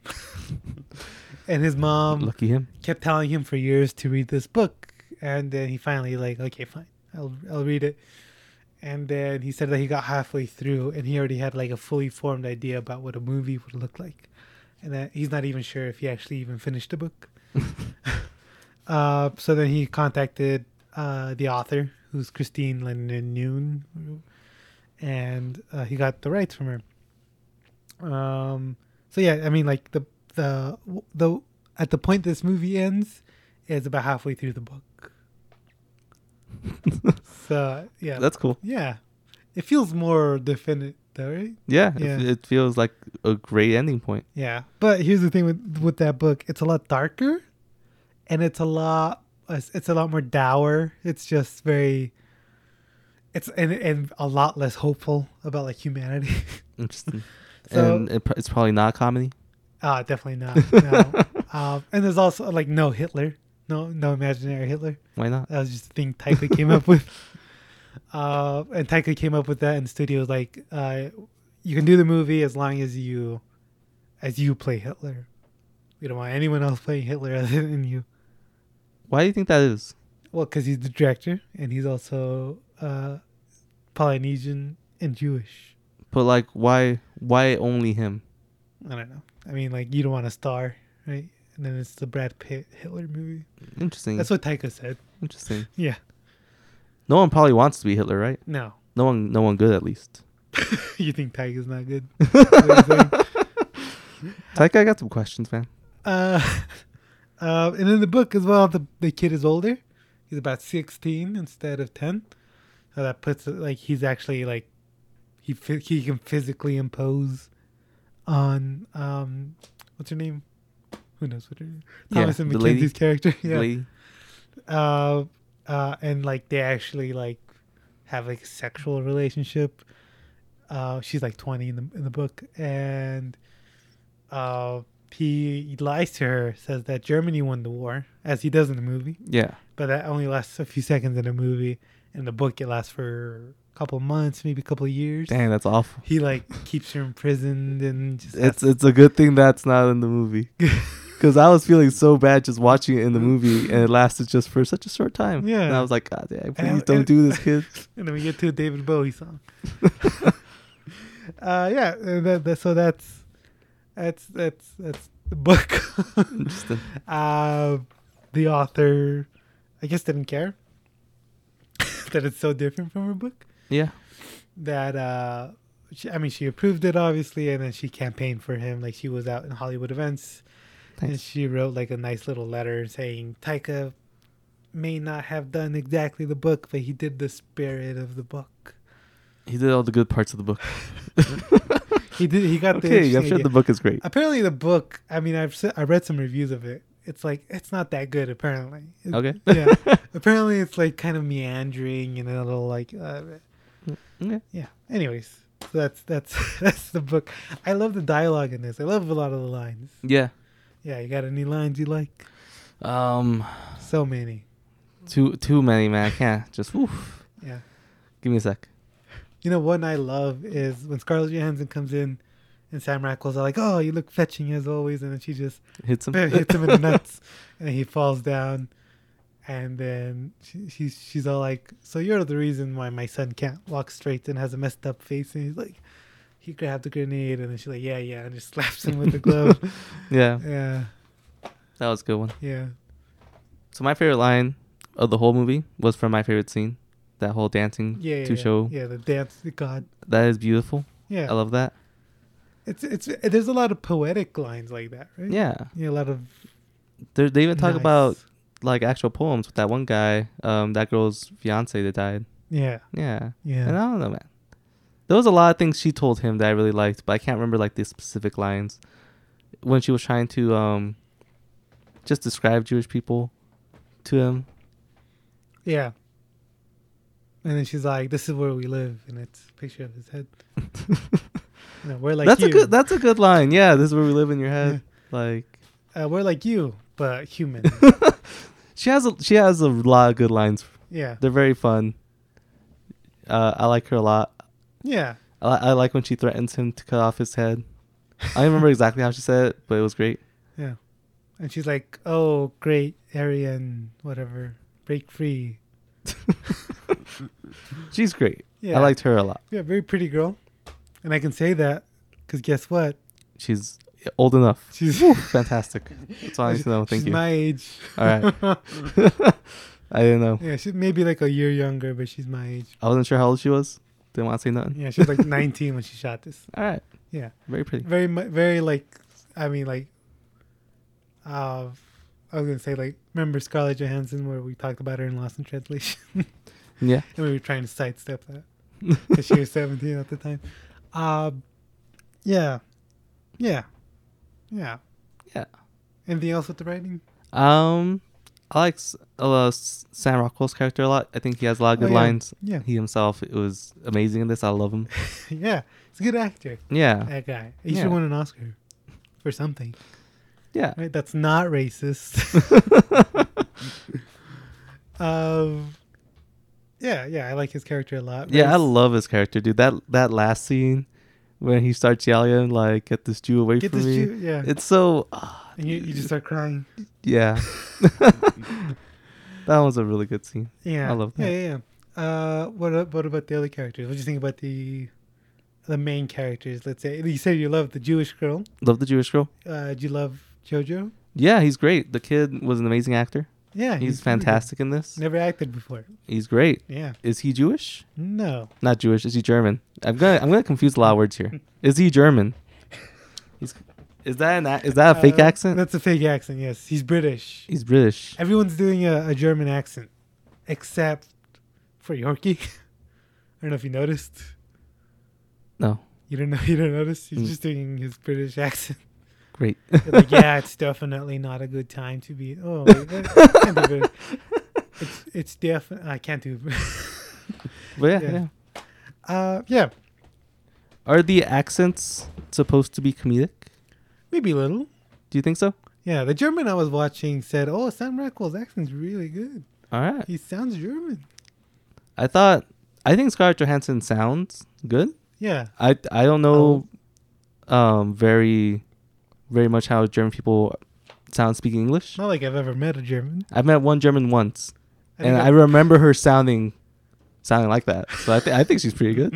S1: and his mom
S2: Lucky him.
S1: kept telling him for years to read this book, and then he finally like, okay, fine, I'll I'll read it. And then he said that he got halfway through, and he already had like a fully formed idea about what a movie would look like, and that he's not even sure if he actually even finished the book. uh, so then he contacted uh, the author, who's Christine Lennon Noon, and uh, he got the rights from her. Um, so yeah, I mean, like the the the at the point this movie ends is about halfway through the book. so yeah,
S2: That's cool.
S1: yeah, it feels more definite, though, right?
S2: Yeah, it-
S1: Yeah.
S2: It, feels like a great ending point.
S1: Yeah, but here's the thing with with that book: it's a lot darker, and it's a lot it's, it's a lot more dour. It's just very. It's and and a lot less hopeful about like humanity.
S2: Interesting.
S1: So-
S2: and it, pr- it's probably not comedy.
S1: Ah, definitely not. No. um, and there's also like no Hitler, No, no imaginary Hitler.
S2: Why not?
S1: That was just a thing Taika came up with. Uh, and Taika came up with that in studios. Like, uh, you can do the movie as long as you, as you play Hitler. We don't want anyone else playing Hitler other than you.
S2: Why do you think that is?
S1: Well, because he's the director and he's also uh, Polynesian and Jewish.
S2: But like, why why only him?
S1: I don't know. I mean, like you don't want a star, right? And then it's the Brad Pitt Hitler movie.
S2: Interesting.
S1: That's what Taika said.
S2: Interesting.
S1: Yeah.
S2: No one probably wants to be Hitler, right?
S1: No,
S2: No one, no one good at least.
S1: you think Taika's not good? What do you think?
S2: Taika, I got some questions, man.
S1: uh, uh, and in the book as well, the the kid is older. He's about sixteen instead of ten. So that puts it like he's actually like he phy- he can physically impose on um what's her name? Who knows what her name?
S2: Yeah,
S1: Thomas and
S2: the lady.
S1: Mackenzie's character. Yeah.
S2: Really?
S1: uh, uh, and like they actually like have like a sexual relationship. Uh, she's like twenty in the in the book, and uh, he lies to her, says that Germany won the war, as he does in the movie.
S2: Yeah.
S1: But that only lasts a few seconds in the movie. In the book, it lasts for a couple months, maybe a couple years.
S2: Dang, that's awful.
S1: He like keeps her imprisoned and just
S2: It's it's a good thing that's not in the movie, because I was feeling so bad just watching it in the movie, and it lasted just for such a short time.
S1: Yeah.
S2: And I was like, God, damn,
S1: And I-
S2: please don't
S1: and-
S2: do this, kid.
S1: And then we get to a David Bowie song. uh, yeah, uh, that, that, so that's that's that's that's the book.
S2: Interesting.
S1: uh, the author, I guess, didn't care that it's so different from her book.
S2: Yeah.
S1: That uh, she, I mean, she approved it obviously, and then she campaigned for him. Like she was out in Hollywood events, and
S2: Nice.
S1: she wrote like a nice little letter saying Taika may not have done exactly the book, but he did the spirit of the book.
S2: He did all the good parts of the book.
S1: He did. He got the.
S2: okay, I'm
S1: interesting
S2: sure
S1: idea.
S2: the book is great.
S1: Apparently, the book. I mean, I've se- I read some reviews of it. It's like it's not that good. Apparently. It-
S2: Okay.
S1: yeah. Apparently, it's like kind of meandering and a little like. Uh,
S2: Mm, Okay.
S1: yeah. Anyways, so that's that's that's the book. I love the dialogue in this. I love a lot of the lines.
S2: Yeah.
S1: Yeah. You got any lines you like?
S2: Um,
S1: So many.
S2: too too many, man. I can't just. Oof.
S1: Yeah.
S2: Give me a sec.
S1: You know, one I love is when Scarlett Johansson comes in, and Sam Rockwell's like, "Oh, you look fetching as always," and then she just
S2: Hit some.
S1: Bear hits him in the nuts, and he falls down. And then she, she's she's all like, "So you're the reason why my son can't walk straight and has a messed up face." And he's like, "He grabbed the grenade," and then she's like, "Yeah, yeah," and just slaps him with the glove.
S2: yeah,
S1: yeah,
S2: that was a good one.
S1: yeah.
S2: So my favorite line of the whole movie was from my favorite scene, that whole dancing
S1: Yeah, yeah,
S2: to
S1: yeah.
S2: show.
S1: Yeah, the dance, the god.
S2: That is beautiful.
S1: Yeah,
S2: I love that.
S1: it's it's. There's a lot of poetic lines like that, right?
S2: Yeah,
S1: yeah a lot of.
S2: There, they even talk
S1: nice-
S2: about like actual poems with that one guy, um, that girl's fiance that died.
S1: Yeah,
S2: Yeah,
S1: yeah.
S2: and I don't know, man. There was a lot of things she told him that I really liked, but I can't remember like the specific lines when she was trying to um, just describe Jewish people to him.
S1: Yeah. And then she's like, "This is where we live," and it's a picture of his head. You know, we're like
S2: that's
S1: you.
S2: a good. That's a good line. Yeah, this is where we live in your head. Like
S1: uh, we're like you, but human.
S2: she has a she has a lot of good lines.
S1: yeah,
S2: They're very fun. Uh, I like her a lot.
S1: yeah,
S2: I, li- I like when she threatens him to cut off his head. I don't remember exactly how she said it, but it was great.
S1: yeah. And she's like, "Oh, great Aryan, whatever, break free."
S2: She's great.
S1: Yeah,
S2: I liked her a lot.
S1: Yeah, very pretty girl, and I can say that because guess what?
S2: She's old enough.
S1: She's
S2: Fantastic. That's all I need to know. Thank
S1: she's
S2: you.
S1: my age.
S2: all right. I didn't know.
S1: Yeah, she's maybe like a year younger, but she's my age.
S2: I wasn't sure how old she was. Didn't want to say nothing.
S1: Yeah, she was like 19 when she shot this.
S2: All right.
S1: Yeah.
S2: Very pretty.
S1: Very, mu- very like, I mean, like, uh, I was gonna say like, remember Scarlett Johansson where we talked about her in Lost in Translation.
S2: Yeah.
S1: and we were trying to sidestep that because she was 17 at the time. Um, yeah, yeah, yeah.
S2: Yeah.
S1: Anything else with the writing?
S2: Um, I like S- uh, S- Sam Rockwell's character a lot. I think he has a lot of
S1: Oh,
S2: good
S1: yeah.
S2: lines.
S1: Yeah.
S2: He himself it was amazing in this. I love him.
S1: yeah, he's a good actor.
S2: Yeah.
S1: That guy. He
S2: Yeah.
S1: should win an Oscar for something.
S2: Yeah.
S1: Right? That's not racist. Um, yeah, yeah, I like his character a lot.
S2: Yeah, I
S1: Ra's-
S2: love his character, dude. That that last scene when he starts yelling like "Get this Jew away
S1: Get
S2: from
S1: this
S2: me,"
S1: Jew- yeah.
S2: it's so ah,
S1: and you, you just start crying.
S2: yeah. that was a really good scene.
S1: Yeah,
S2: I love
S1: Yeah,
S2: that.
S1: yeah. yeah. Uh, what a- what about the other characters? What do you think about the the main characters? Let's say you said you love the Jewish girl.
S2: Love the Jewish girl.
S1: Uh, do you love JoJo?
S2: Yeah, he's great. The kid was an amazing actor.
S1: Yeah,
S2: He's,
S1: really good.
S2: fantastic in this.
S1: Never acted before.
S2: He's great.
S1: Yeah,
S2: Is he Jewish?
S1: no,
S2: Not Jewish. Is he German? I'm gonna I'm gonna confuse a lot of words here. Is he German? He's, is that an, a- is that a fake
S1: Uh,
S2: accent?
S1: That's a fake accent. Yes, he's British.
S2: He's British.
S1: Everyone's doing a, a German accent, except for Yorkie. I don't know if you noticed.
S2: No,
S1: You don't know. You don't notice.
S2: Hmm.
S1: He's just doing his British accent.
S2: great.
S1: They're like, yeah, it's definitely not a good time to be. Oh, wait, that can't be British. It's it's def. I can't do.
S2: but yeah,
S1: Yeah.
S2: yeah.
S1: Uh, yeah,
S2: Are the accents supposed to be comedic?
S1: maybe a little.
S2: Do you think so?
S1: Yeah, the German I was watching said, "Oh, Sam Rockwell's accent's really good.
S2: All right.
S1: He sounds German."
S2: I thought I think Scarlett Johansson sounds good.
S1: Yeah,
S2: I I don't know
S1: Oh.
S2: um very very much how German people sound speaking English.
S1: not like I've ever met a German.
S2: I've met one German once
S1: I
S2: and
S1: think
S2: I
S1: I've-
S2: remember her sounding sounding like that. So I, th- I think she's pretty good.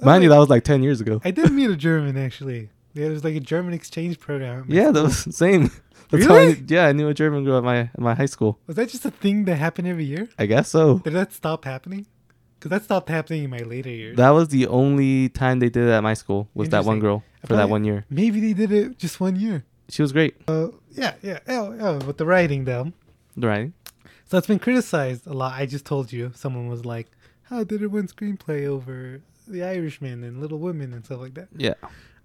S1: Oh,
S2: Mind you, that was like 10 years ago.
S1: I did meet a German actually. Yeah, it was like a German exchange program.
S2: Yeah, that was same. That's how
S1: Really?
S2: I, yeah, I knew a German girl at my at my high school.
S1: Was that just a thing that happened every year?
S2: I guess so.
S1: Did that stop happening? Because that stopped happening in my later years.
S2: That was the only time they did it at my school was that one
S1: Interesting.
S2: girl
S1: I
S2: for that
S1: probably-
S2: one year.
S1: Maybe they did it just one year.
S2: She was great.
S1: Uh, yeah, yeah. Oh, oh, with the writing though.
S2: Right.
S1: So it's been criticized a lot. I just told you someone was like, "How did it win screenplay over The Irishman and Little Women and stuff like that?"
S2: Yeah.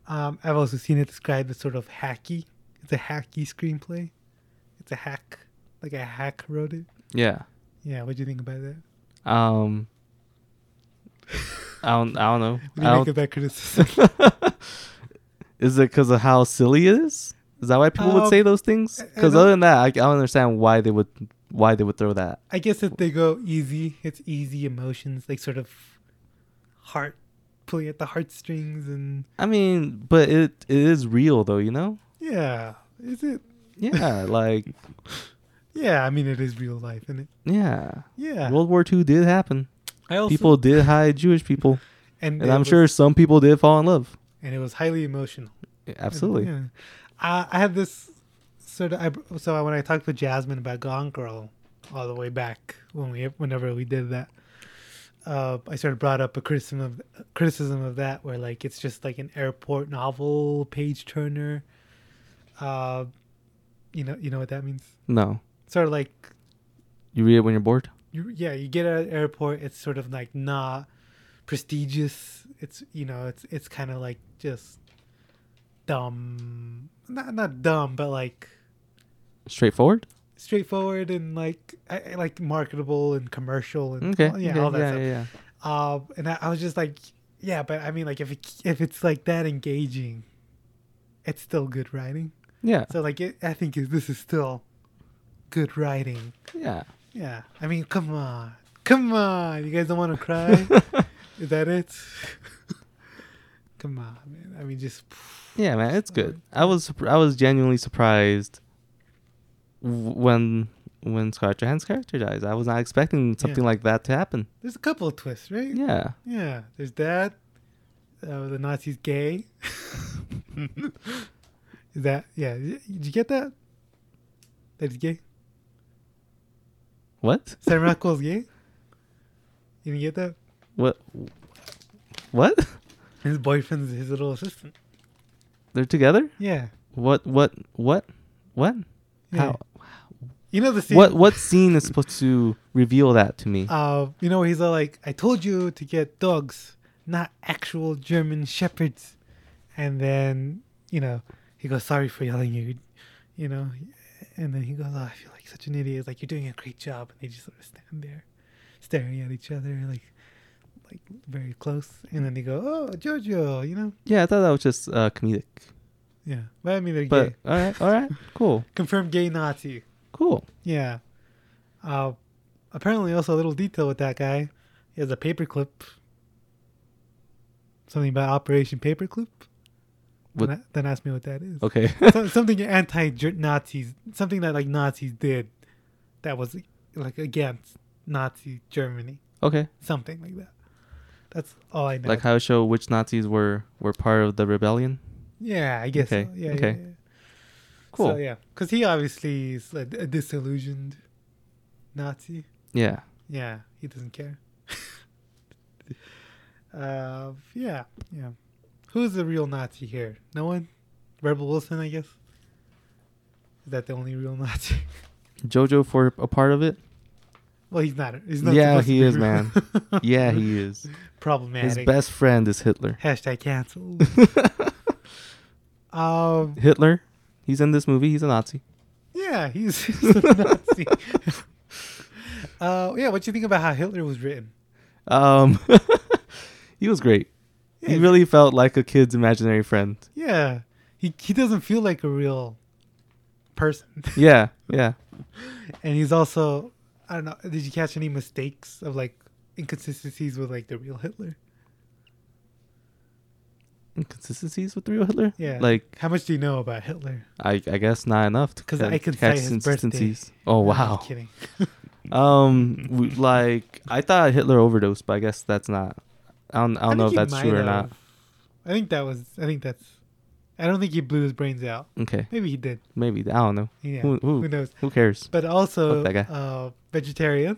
S1: Um, I've also seen it described as sort of hacky. It's a hacky screenplay. It's a hack, like a hack wrote it.
S2: Yeah.
S1: Yeah, what do you think about that?
S2: Um I don't I don't know.
S1: What do you
S2: I
S1: make of
S2: don't,
S1: that criticism?
S2: is it cuz of how silly it is? Is that why people
S1: Um,
S2: would say those things?
S1: I
S2: Cuz
S1: don't-
S2: other than that, I, I don't understand why they would why they would throw that.
S1: I guess if they go easy, it's easy emotions, like sort of heart pulling at the heartstrings and
S2: I mean, but it it is real though, you know?
S1: yeah. Is it?
S2: Yeah, like
S1: Yeah, I mean it is real life, isn't it?
S2: yeah.
S1: Yeah.
S2: World War II did happen.
S1: I also,
S2: People did hide Jewish people, and
S1: it
S2: I'm
S1: was-
S2: sure some people did fall in love.
S1: and it was highly emotional.
S2: Absolutely.
S1: Yeah. I, I had this sort of. I, so when I talked with Jasmine about Gone Girl, all the way back when we whenever we did that, uh, I sort of brought up a criticism of criticism of that, where like it's just like an airport novel, page turner. Uh, you know, you know what that means.
S2: No.
S1: Sort of like
S2: You read it when you're bored?
S1: you yeah you get at an airport it's sort of like not prestigious it's you know it's it's kind of like just dumb not not dumb but like
S2: Straightforward?
S1: straightforward and like I- I like marketable and commercial and
S2: Okay.
S1: yeah
S2: okay,
S1: all that
S2: yeah,
S1: stuff
S2: yeah, yeah.
S1: um and I, I was just like yeah but i mean like if it, if it's like that engaging it's still good writing
S2: Yeah.
S1: so like it, i think this is still good writing
S2: Yeah.
S1: Yeah, I mean, come on, come on. You guys don't want to cry? Is that it? come on, man. I mean, just
S2: Yeah, man, it's good. I was surpr- I was genuinely surprised w- when when Scarlett Johansson's character dies. I was not expecting something like that to happen.
S1: there's a couple of twists, right?
S2: Yeah.
S1: Yeah, there's that. Uh, the Nazis gay. Is that yeah? Did you get that? That he's gay.
S2: What?
S1: Sam Rockwell's gay. You didn't get that?
S2: What? What?
S1: His boyfriend's his little assistant.
S2: They're together?
S1: Yeah.
S2: What? What? What? What?
S1: yeah.
S2: How?
S1: You know the scene.
S2: What? What scene is supposed to reveal that to me?
S1: uh, you know, he's all like, I told you to get dogs, not actual German shepherds. And then, you know, he goes, sorry for yelling you, you know. And then he goes, oh, I feel like such an idiot. It's like, you're doing a great job. And they just sort of stand there staring at each other, like, like very close. And then they go, oh, Jojo, you know.
S2: Yeah, I thought that was just uh, comedic.
S1: Yeah. But I mean, they're
S2: But
S1: gay.
S2: all right, all right, cool,
S1: Confirmed gay Nazi.
S2: cool.
S1: Yeah. Uh, apparently, also a little detail with that guy is a paperclip. Something about Operation Paperclip.
S2: What-
S1: Then, then ask me what that is.
S2: Okay.
S1: So- something anti-Nazis, something that like Nazis did, that was like against Nazi Germany,
S2: okay.
S1: something like that. That's all I know.
S2: Like how to show which Nazis were were part of the rebellion.
S1: yeah, I guess.
S2: Okay,
S1: So. Yeah,
S2: okay.
S1: yeah, yeah.
S2: Cool.
S1: So, yeah, because he obviously is a, a disillusioned Nazi.
S2: yeah.
S1: Yeah, he doesn't care. uh, yeah, yeah. Who's the real Nazi here? No one. Rebel Wilson, I guess. Is that the only real Nazi?
S2: Jojo for a part of it.
S1: Well, he's not. He's not.
S2: Yeah,
S1: supposed to
S2: he
S1: be
S2: is,
S1: real.
S2: man. Yeah, he is. His
S1: Problematic.
S2: best friend is Hitler.
S1: Hashtag canceled. um.
S2: Hitler. He's in this movie. He's a Nazi.
S1: Yeah, he's, he's a Nazi. uh. Yeah. What do you think about how Hitler was written?
S2: Um, he was great. He really felt like a kid's imaginary friend.
S1: Yeah. He he doesn't feel like a real person,
S2: Yeah, yeah.
S1: and he's also I don't know. Did you catch any mistakes of like inconsistencies with like the real Hitler?
S2: Inconsistencies with the real Hitler.
S1: Yeah.
S2: Like
S1: how much do you know about Hitler?
S2: I, I guess not enough to
S1: 'Cause
S2: ca-
S1: I can
S2: catch
S1: say his
S2: inconsistencies. Oh
S1: No, I'm
S2: wow.
S1: kidding.
S2: Um, we, like I thought Hitler overdosed, but I guess that's not. I don't, I don't know if
S1: think he
S2: that's true
S1: might
S2: or
S1: have.
S2: not.
S1: I think that was. I think that's. I don't think he blew his brains out.
S2: Okay,
S1: Maybe he did.
S2: maybe I don't know.
S1: Yeah.
S2: Who, who,
S1: Who knows?
S2: who cares?
S1: But also,
S2: Fuck that guy.
S1: uh, vegetarian.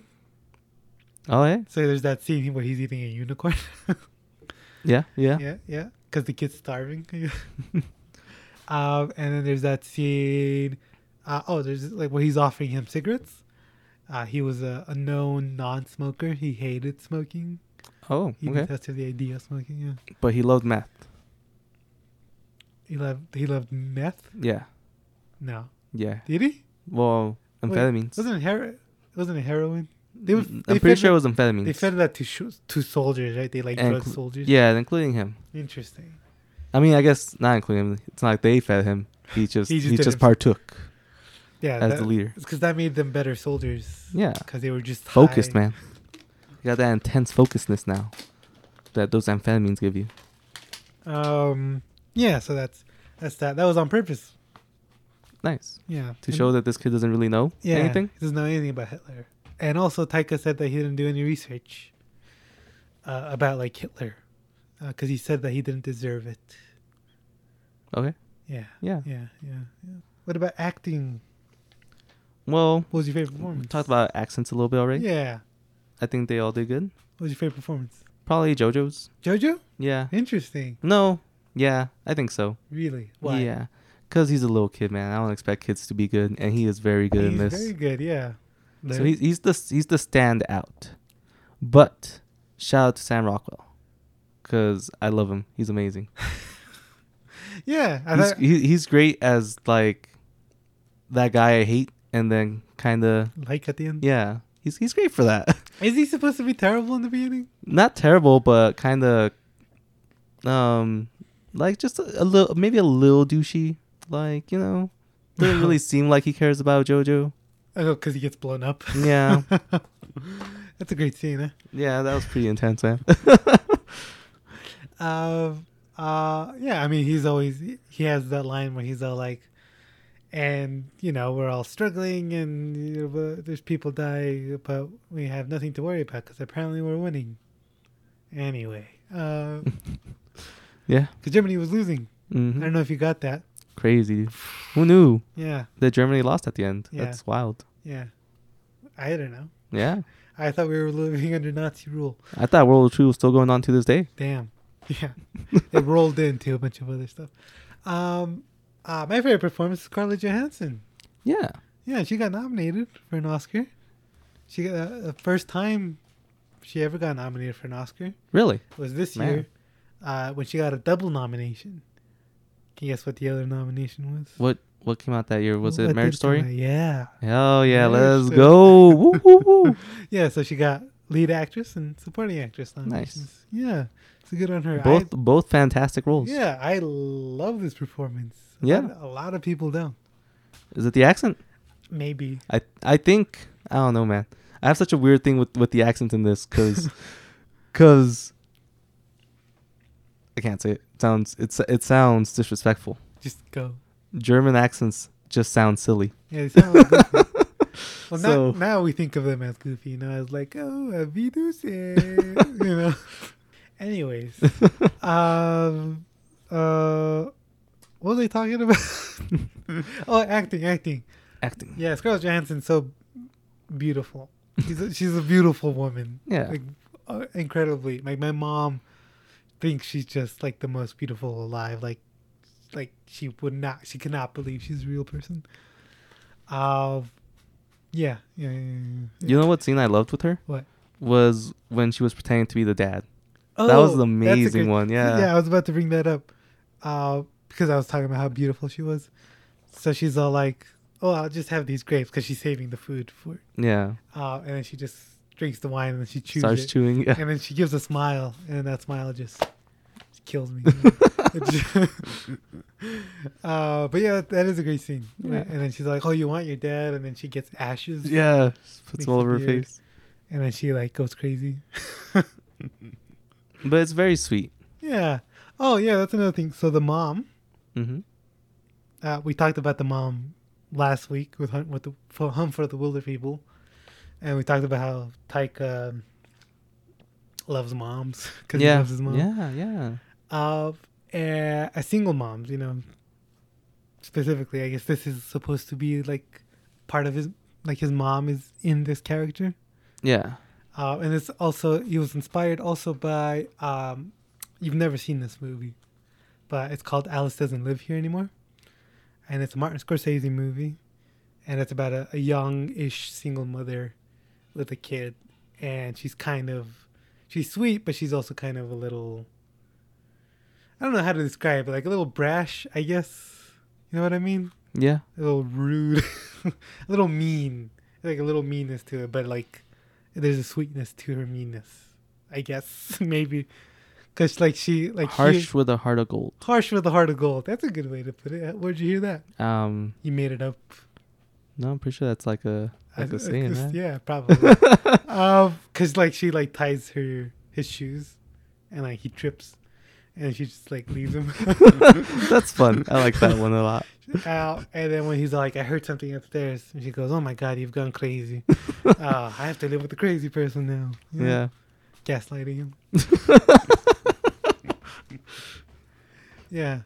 S2: Oh yeah,
S1: So there's that scene where he's eating a unicorn.
S2: yeah, yeah.
S1: yeah, yeah. Because the kid's starving. um, and then there's that scene. Uh, oh, there's like where he's offering him cigarettes. Uh, he was a, a known non-smoker. He hated smoking.
S2: Oh
S1: He
S2: okay.
S1: detested the idea of smoking. Yeah.
S2: But he loved math.
S1: He loved he loved meth.
S2: Yeah,
S1: No,
S2: yeah.
S1: did he?
S2: Well,
S1: Wait,
S2: amphetamines. Mm,
S1: wasn't it hero- Wasn't it heroin? They would,
S2: I'm pretty sure it was amphetamines.
S1: They fed that to sh- to soldiers, right? They like
S2: And
S1: drug
S2: cl-
S1: soldiers.
S2: Yeah, and including him.
S1: Interesting.
S2: I mean, I guess not including him. It's not like they fed him. He just
S1: He
S2: he
S1: just
S2: just,
S1: did it.
S2: partook.
S1: Yeah.
S2: As the leader.
S1: Because that made them better soldiers.
S2: Yeah.
S1: Because they were just
S2: Focused,
S1: high.
S2: man. You got that intense focusedness now that those amphetamines give you.
S1: Um. Yeah. So that's that's that. That was on purpose.
S2: Nice
S1: Yeah.
S2: to
S1: And-
S2: show that this kid doesn't really know
S1: yeah,
S2: anything.
S1: He doesn't know anything about Hitler. And also, Taika said that he didn't do any research uh, about like Hitler, because he said that he didn't deserve it.
S2: Okay.
S1: Yeah.
S2: Yeah.
S1: Yeah. Yeah. Yeah. What about acting?
S2: Well,
S1: What was your favorite
S2: we
S1: performance?
S2: talked about accents a little bit already.
S1: Yeah.
S2: I think they all did good.
S1: What was your favorite performance?
S2: Probably JoJo's.
S1: Jojo?
S2: Yeah.
S1: Interesting.
S2: No. Yeah, I think so.
S1: Really?
S2: Yeah. 'Cause Yeah, because he's a little kid, man. I don't expect kids to be good, and he is very good in
S1: He's
S2: this.
S1: very good, yeah.
S2: So he's he's the he's the standout. But shout out to Sam Rockwell, cause I love him. He's amazing.
S1: yeah, I
S2: He's
S1: thought,
S2: he, he's great as like that guy I hate, and then kind of
S1: like at the end.
S2: yeah. He's he's great for that.
S1: Is he supposed to be terrible in the beginning?
S2: Not terrible, but kind of um like just a, a little maybe a little douchey. Like you know, doesn't really seem like he cares about JoJo.
S1: Oh, because he gets blown up.
S2: Yeah,
S1: That's a great scene. Huh?
S2: yeah, that was pretty intense, man.
S1: Uh, uh, yeah. I mean, he's always he has that line where he's all like, and you know we're all struggling, and you know, but there's people dying, but we have nothing to worry about because apparently we're winning. Anyway, because
S2: yeah,
S1: Germany was losing. I
S2: hmm
S1: don't know if you got that.
S2: crazy. dude. Who knew?
S1: Yeah,
S2: that Germany lost at the end.
S1: Yeah.
S2: That's wild.
S1: yeah. I don't know.
S2: Yeah.
S1: I thought we were living under Nazi rule.
S2: I thought World War II was still going on to this day.
S1: Damn. Yeah. it rolled into a bunch of other stuff. Um, uh, my favorite performance is Scarlett Johansson.
S2: Yeah.
S1: Yeah, she got nominated for an Oscar. She got uh, the first time she ever got nominated for an Oscar
S2: Really?
S1: was this
S2: Man.
S1: year uh, when she got a double nomination. Can you guess what the other nomination was?
S2: What what came out that year? Was it
S1: What
S2: Marriage
S1: did
S2: Story?
S1: come out? Yeah.
S2: Hell yeah,
S1: Marriage Story.
S2: let's go. woo, woo, woo.
S1: Yeah, so she got lead actress and supporting actress nominations. Yeah. So good on her. I-
S2: Both both fantastic roles.
S1: Yeah, I love this performance. A
S2: Yeah.
S1: lot- a lot of people don't.
S2: Is it the accent?
S1: Maybe
S2: I I think I don't know, man. I have such a weird thing with with the accents in this because because I can't say it. it sounds it's it sounds disrespectful.
S1: Just go.
S2: German accents just sound silly.
S1: Yeah, they sound like goofy. Well,
S2: So-
S1: now, now we think of them as goofy. You know, I was like, oh, a Vidus, eh," you know. Anyways, um, uh, what was I talking about? oh, acting, acting.
S2: Acting.
S1: Yeah, Scarlett Johansson's so beautiful. She's a, she's a beautiful woman.
S2: Yeah.
S1: like uh, incredibly. Like my mom thinks she's just like the most beautiful alive. Like, like she would not, she cannot believe she's a real person. Uh, yeah, yeah, yeah, yeah, yeah.
S2: You know what scene I loved with her
S1: What?
S2: was when she was pretending to be the dad.
S1: Oh,
S2: That was an
S1: that's a
S2: amazing
S1: good-
S2: one, yeah.
S1: yeah. I was about to bring that up uh, because I was talking about how beautiful she was. So she's all like, "Oh, I'll just have these grapes because she's saving the food for."
S2: Yeah.
S1: Uh, and then she just drinks the wine and then she chews
S2: Starts
S1: it.
S2: chewing. Yeah.
S1: and then she gives a smile, and that smile just kills me. uh, but yeah, that is a great scene. And then she's like, "Oh, you want your dad?" And then she gets ashes.
S2: Yeah. Just Puts
S1: Makes
S2: them all
S1: a
S2: over her
S1: beard.
S2: face.
S1: And then she like goes crazy.
S2: But it's very sweet.
S1: yeah. Oh yeah, that's another thing. So the mom,
S2: hmm
S1: uh, we talked about the mom last week with Hunt, with the for Hunt for the Wilder People, and we talked about how Taika loves moms because he
S2: Yeah.
S1: loves his mom.
S2: Yeah. Yeah.
S1: of uh, a single moms, you know. Specifically, I guess this is supposed to be like part of his, like his mom is in this character,
S2: Yeah.
S1: uh, and it's also he was inspired also by um, you've never seen this movie, but it's called Alice Doesn't Live Here Anymore, and it's a Martin Scorsese movie, and it's about a, a young-ish single mother with a kid, and she's kind of she's sweet, but she's also kind of a little I don't know how to describe it, like a little brash, I guess. You know what I mean?
S2: Yeah.
S1: A little rude, a little mean, like a little meanness to it, but like there's a sweetness to her meanness, I guess maybe, because like she like she-
S2: Harsh with a heart of gold.
S1: harsh with a heart of gold. That's a good way to put it. Where'd you hear that?
S2: Um.
S1: You made it up.
S2: No, I'm pretty sure that's like a like
S1: I-
S2: a saying,
S1: it's-
S2: right?
S1: yeah, probably. um, cause like she like ties her his shoes, and like he trips, and she just like leaves him.
S2: That's fun. I like that one a lot.
S1: out, and then when he's like, "I heard something upstairs," and she goes, "Oh my god, you've gone crazy. uh, I have to live with a crazy person now." You know,
S2: Yeah.
S1: gaslighting him. yeah,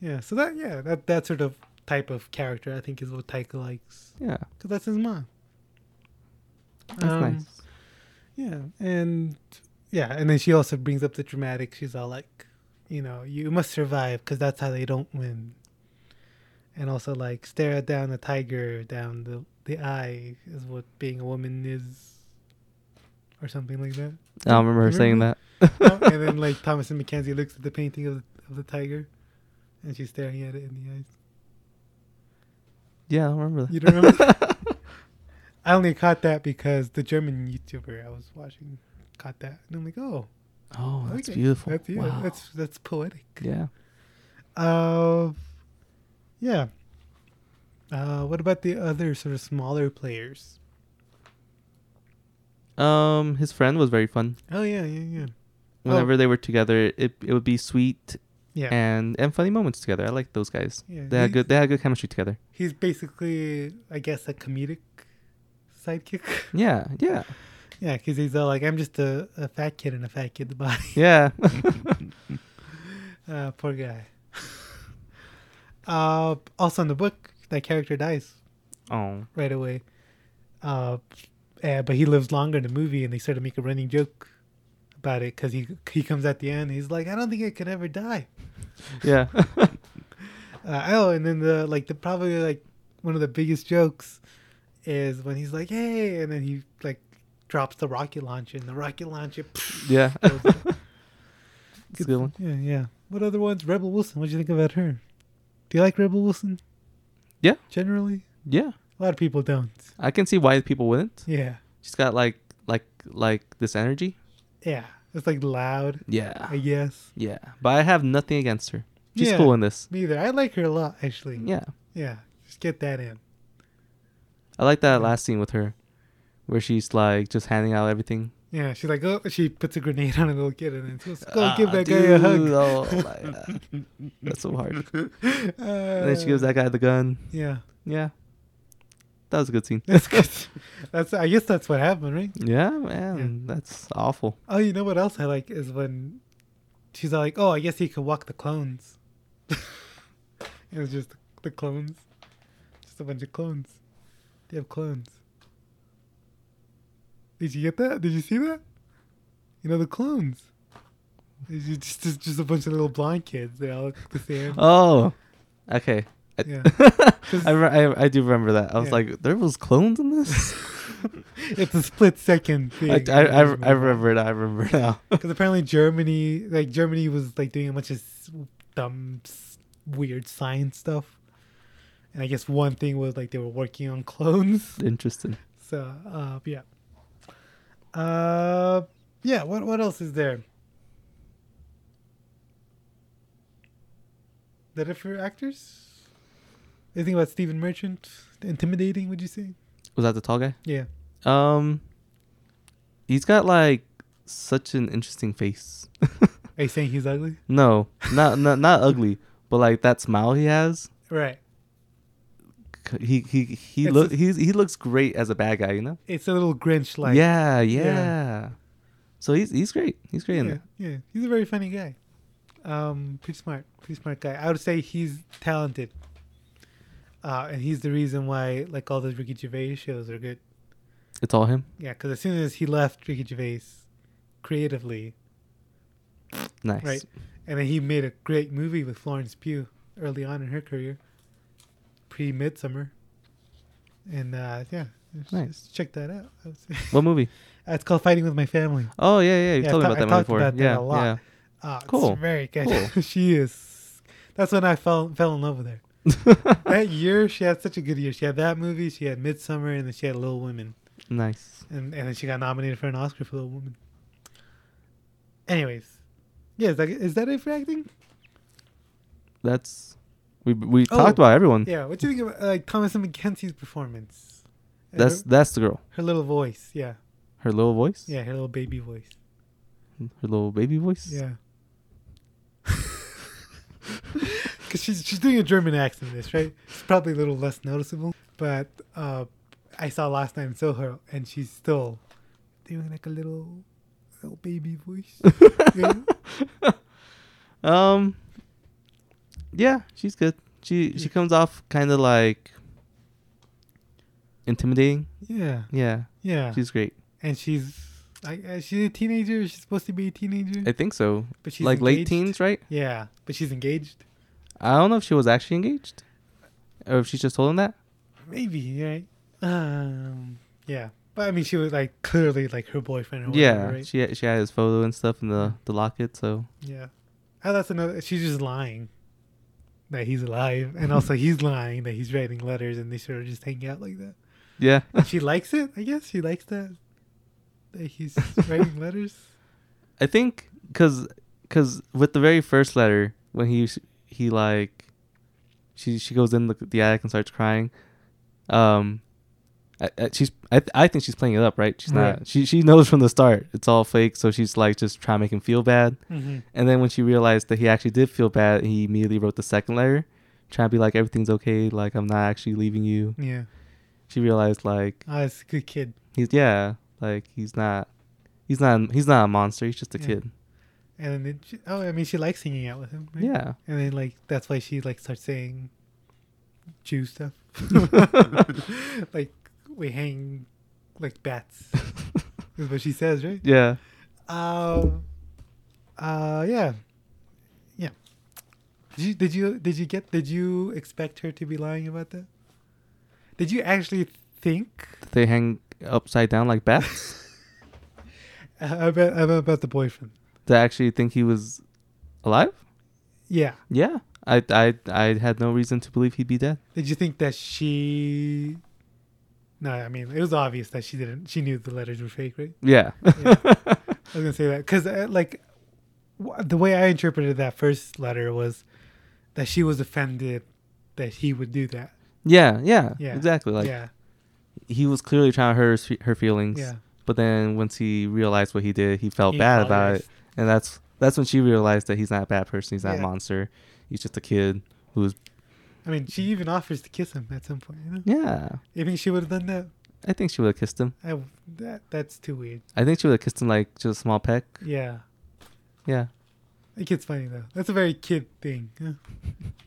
S1: yeah. So that yeah, that that sort of type of character I think is what Taika likes
S2: Yeah.
S1: because that's his mom.
S2: That's
S1: Um,
S2: nice.
S1: Yeah, and yeah, and then she also brings up the dramatic. She's all like, you know, you must survive because that's how they don't win. And also like stare down the tiger down the the eye is what being a woman is, or something like that.
S2: I don't remember her saying that.
S1: Oh, and then like Thomas and Mackenzie looks at the painting of of the tiger, and she's staring at it in the eyes.
S2: Yeah, I don't remember that.
S1: You don't remember? I only caught that because the German YouTuber I was watching caught that, and I'm like, oh.
S2: Oh, that's
S1: Okay.
S2: beautiful.
S1: That's, yeah,
S2: wow.
S1: that's that's poetic.
S2: yeah.
S1: Uh, yeah. Uh, what about the other sort of smaller players?
S2: Um, his friend was very fun.
S1: Oh yeah, yeah, yeah,
S2: Whenever they were together, it it would be sweet
S1: Oh. yeah.
S2: and and funny moments together. I like those guys.
S1: Yeah,
S2: they had
S1: he-
S2: good they had good chemistry together.
S1: He's basically, I guess, a comedic sidekick.
S2: Yeah, yeah,
S1: yeah, because he's all like, "I'm just a, a fat kid in a fat kid's body."
S2: yeah.
S1: Uh, poor guy. uh, also in the book, that character dies.
S2: oh,
S1: right away. Uh, eh, but he lives longer in the movie, and they sort of make a running joke about it because he he comes at the end. he's like, I don't think I could ever die.
S2: yeah,
S1: Uh, oh, and then the like the probably like one of the biggest jokes is when he's like, Hey, and then he like drops the rocket launcher, and the rocket launcher.
S2: yeah.
S1: goes up.
S2: It's a good one.
S1: yeah, yeah. What other ones? Rebel Wilson. What do you think about her? Do you like Rebel Wilson?
S2: Yeah.
S1: Generally,
S2: Yeah,
S1: a lot of people don't.
S2: I can see why people wouldn't.
S1: Yeah,
S2: She's got like like like this energy.
S1: yeah. It's like loud. I
S2: Yeah,
S1: guess.
S2: yeah. But I have nothing against her. She's
S1: Yeah.
S2: cool in this.
S1: Me either. I like her a lot, actually.
S2: Yeah,
S1: Yeah. Just get that in.
S2: I like that last scene with her, where she's like just handing out everything.
S1: Yeah, she's like, oh, she puts a grenade on a little kid and then she goes, go
S2: Ah,
S1: give that guy a hug.
S2: dude, oh, my God. that's so hard. And then she gives that guy the gun.
S1: Uh, Yeah,
S2: Yeah, that was a good scene.
S1: that's good. that's I guess that's what happened, right?
S2: Yeah, man, that's awful.
S1: Oh, you know what else I like is when she's like, oh, I guess he can walk the clones. it was just the clones, just a bunch of clones. They have clones. Did you get that? Did you see that? You know the clones. It's ju- just, just just a bunch of little blonde kids. They all look the same.
S2: Oh, okay. I,
S1: Yeah.
S2: I, re- I, I do remember that. I was
S1: Yeah.
S2: like, there was clones in this.
S1: it's a split second thing.
S2: I, I, I, I remember it. I remember it now.
S1: Because apparently Germany, like Germany, was like doing a bunch of s- dumb, s- weird science stuff, and I guess one thing was like they were working on clones.
S2: Interesting.
S1: So uh, yeah, uh, yeah. What what else is there? That it for actors? Anything about Stephen Merchant? Intimidating? Would you say?
S2: Was that the tall guy?
S1: Yeah.
S2: Um, he's got like such an interesting face.
S1: Are you saying he's ugly?
S2: no, not not not ugly, but like that smile he has.
S1: Right.
S2: c- He he he
S1: It's
S2: look
S1: just-
S2: he's he looks great as a bad guy. You know.
S1: It's a little Grinch like.
S2: yeah, yeah, So he's he's great. He's great in
S1: yeah,
S2: that.
S1: yeah. He's a very funny guy. Um, pretty smart, pretty smart guy. I would say he's talented. Uh, and he's the reason why like all those Ricky Gervais shows are good.
S2: It's all him.
S1: Yeah, because as soon as he left Ricky Gervais, creatively,
S2: Nice.
S1: right, and then he made a great movie with Florence Pugh early on in her career, pre Midsummer. And uh, yeah, just-
S2: Nice.
S1: just check that out. I would say.
S2: What movie?
S1: Uh, it's called Fighting with My Family.
S2: Oh yeah, yeah. You
S1: Yeah,
S2: have told
S1: I
S2: me about
S1: ta-
S2: that
S1: I
S2: one
S1: talked
S2: before.
S1: about that
S2: yeah,
S1: a lot.
S2: yeah.
S1: Uh, it's
S2: Cool.
S1: very good.
S2: Cool.
S1: she is. That's when I fell fell in love with her. that year, she had such a good year. She had that movie, she had Midsummer, and then she had Little Women,
S2: Nice.
S1: and and then she got nominated for an Oscar for Little Women. Anyways, yeah, is that, is that it for acting?
S2: That's we we
S1: Oh.
S2: talked about everyone.
S1: Yeah. What do you think about like Thomas McKenzie's performance? And
S2: That's
S1: her,
S2: that's the girl.
S1: her little voice. Yeah,
S2: Her little voice.
S1: yeah, her little baby voice.
S2: Her little baby voice.
S1: Yeah. Because she's, she's doing a German accent in this, right? It's probably a little less noticeable. But uh, I saw last night in Soho, and she's still doing like a little little baby voice. Yeah.
S2: Um. Yeah, she's good. She she comes off kind of like intimidating.
S1: Yeah.
S2: Yeah,
S1: Yeah.
S2: she's great.
S1: and she's like, uh, she's a teenager. She's supposed to be a teenager.
S2: I think so.
S1: But she's
S2: like late
S1: engaged.
S2: teens, right?
S1: yeah. But she's engaged.
S2: I don't know if she was actually engaged, or if she's just told him that.
S1: Maybe, right? Um, yeah. But I mean, she was like clearly like her boyfriend or whatever,
S2: yeah,
S1: right?
S2: she had- she had his photo and stuff in the the locket. So
S1: Yeah. Oh, that's another. She's just lying that he's alive, and also he's lying that he's writing letters, and they sort of just hang out like that.
S2: yeah,
S1: She likes it, I guess. She likes that that he's writing letters.
S2: I think because with the very first letter when he s- he like she she goes in the, the attic and starts crying. Um, I, I, she's I th- I think she's playing it up right. She's
S1: Right.
S2: not. She she knows from the start it's all fake. So she's like just trying to make him feel bad.
S1: Mm-hmm.
S2: And then when she realized that he actually did feel bad, he immediately wrote the second letter, trying to be like everything's okay. Like I'm not actually leaving you.
S1: Yeah.
S2: She realized like
S1: Ah, it's a good kid.
S2: he's yeah like he's not. He's not. He's not a monster. He's just a
S1: Yeah.
S2: kid.
S1: And then she, oh, I mean, she likes hanging out with him. right?
S2: Yeah.
S1: And then like that's why she like starts saying Jew stuff. like we hang like bats. is what she says, right?
S2: Yeah.
S1: Um. Uh. Yeah. Yeah. Did you did you did you get did you expect her to be lying about that? Did you actually think
S2: they hang upside down like bats
S1: uh, about about the boyfriend?
S2: to actually think he was alive
S1: Yeah.
S2: yeah I, I i had no reason to believe he'd be dead
S1: Did you think that she? No, I mean it was obvious that she didn't. She knew the letters were fake, right?
S2: yeah
S1: I was gonna say that because uh, like w- the way I interpreted that first letter was that she was offended that he would do that.
S2: yeah yeah
S1: Yeah.
S2: exactly like
S1: yeah.
S2: he was clearly trying to hurt her, her feelings.
S1: Yeah.
S2: But then once he realized what he did, he felt
S1: He
S2: bad about it,
S1: apologized.
S2: and that's that's when she realized that he's not a bad person. He's not
S1: Yeah.
S2: a monster. He's just a kid who's
S1: I mean, she even offers to kiss him at some point. You know?
S2: yeah.
S1: You think she would have done that?
S2: I think she would have kissed him.
S1: I, that that's too weird.
S2: I think she would have kissed him like just a small peck.
S1: Yeah,
S2: Yeah.
S1: the kid's funny though. That's a very kid thing. huh?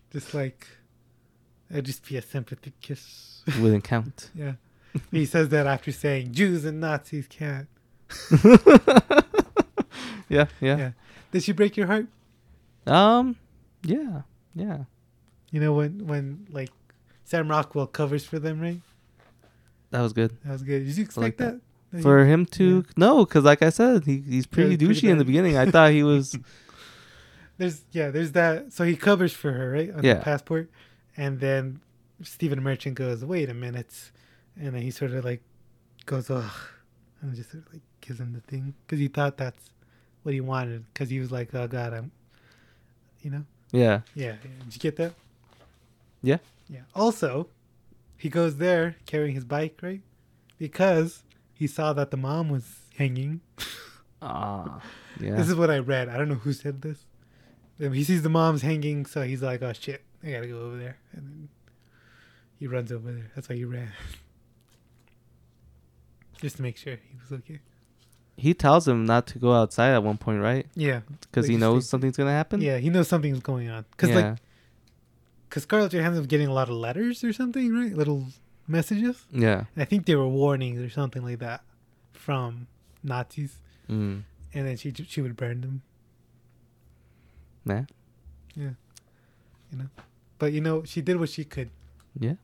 S1: just like, it'd just be a sympathy kiss.
S2: It wouldn't count.
S1: yeah, he says that after saying Jews and Nazis can't.
S2: Yeah, yeah.
S1: Yeah. Did she break your heart?
S2: Um yeah. Yeah.
S1: You know when when like Sam Rockwell covers for them, right?
S2: That was good.
S1: That was good. Did you expect
S2: like
S1: that?
S2: that. For him to no, because like I said, he, he's pretty
S1: he's pretty
S2: douchey in the
S1: bad.
S2: beginning. I thought he was
S1: There's yeah, there's that. So he covers for her, right, on
S2: Yeah.
S1: the passport, and then Stephen Merchant goes, "Wait a minute," and then he sort of like goes, "Ugh," and just sort of like gives him the thing because he thought that's what he wanted because he was like, "Oh God, I'm," you know,
S2: yeah
S1: yeah. yeah. Did you get that?
S2: yeah
S1: Yeah. Also, he goes there carrying his bike, right, because he saw that the mom was hanging.
S2: ah yeah
S1: This is what I read. I don't know who said this. Um, He sees the mom's hanging, so he's like, "Oh shit, I gotta go over there," and then he runs over there. That's why he ran, just to make sure he was okay.
S2: he tells him not to go outside at one point, right?
S1: Yeah,
S2: Because
S1: Like,
S2: he
S1: just
S2: knows
S1: stay-
S2: something's gonna happen.
S1: Yeah, he knows something's going on because
S2: yeah,
S1: like, because Scarlett Johansson was getting a lot of letters or something, right? Little messages.
S2: yeah.
S1: And I think they were warnings or something like that from Nazis,
S2: Mm,
S1: and then she she would burn them.
S2: nah,
S1: But you know, she did what she could.
S2: yeah.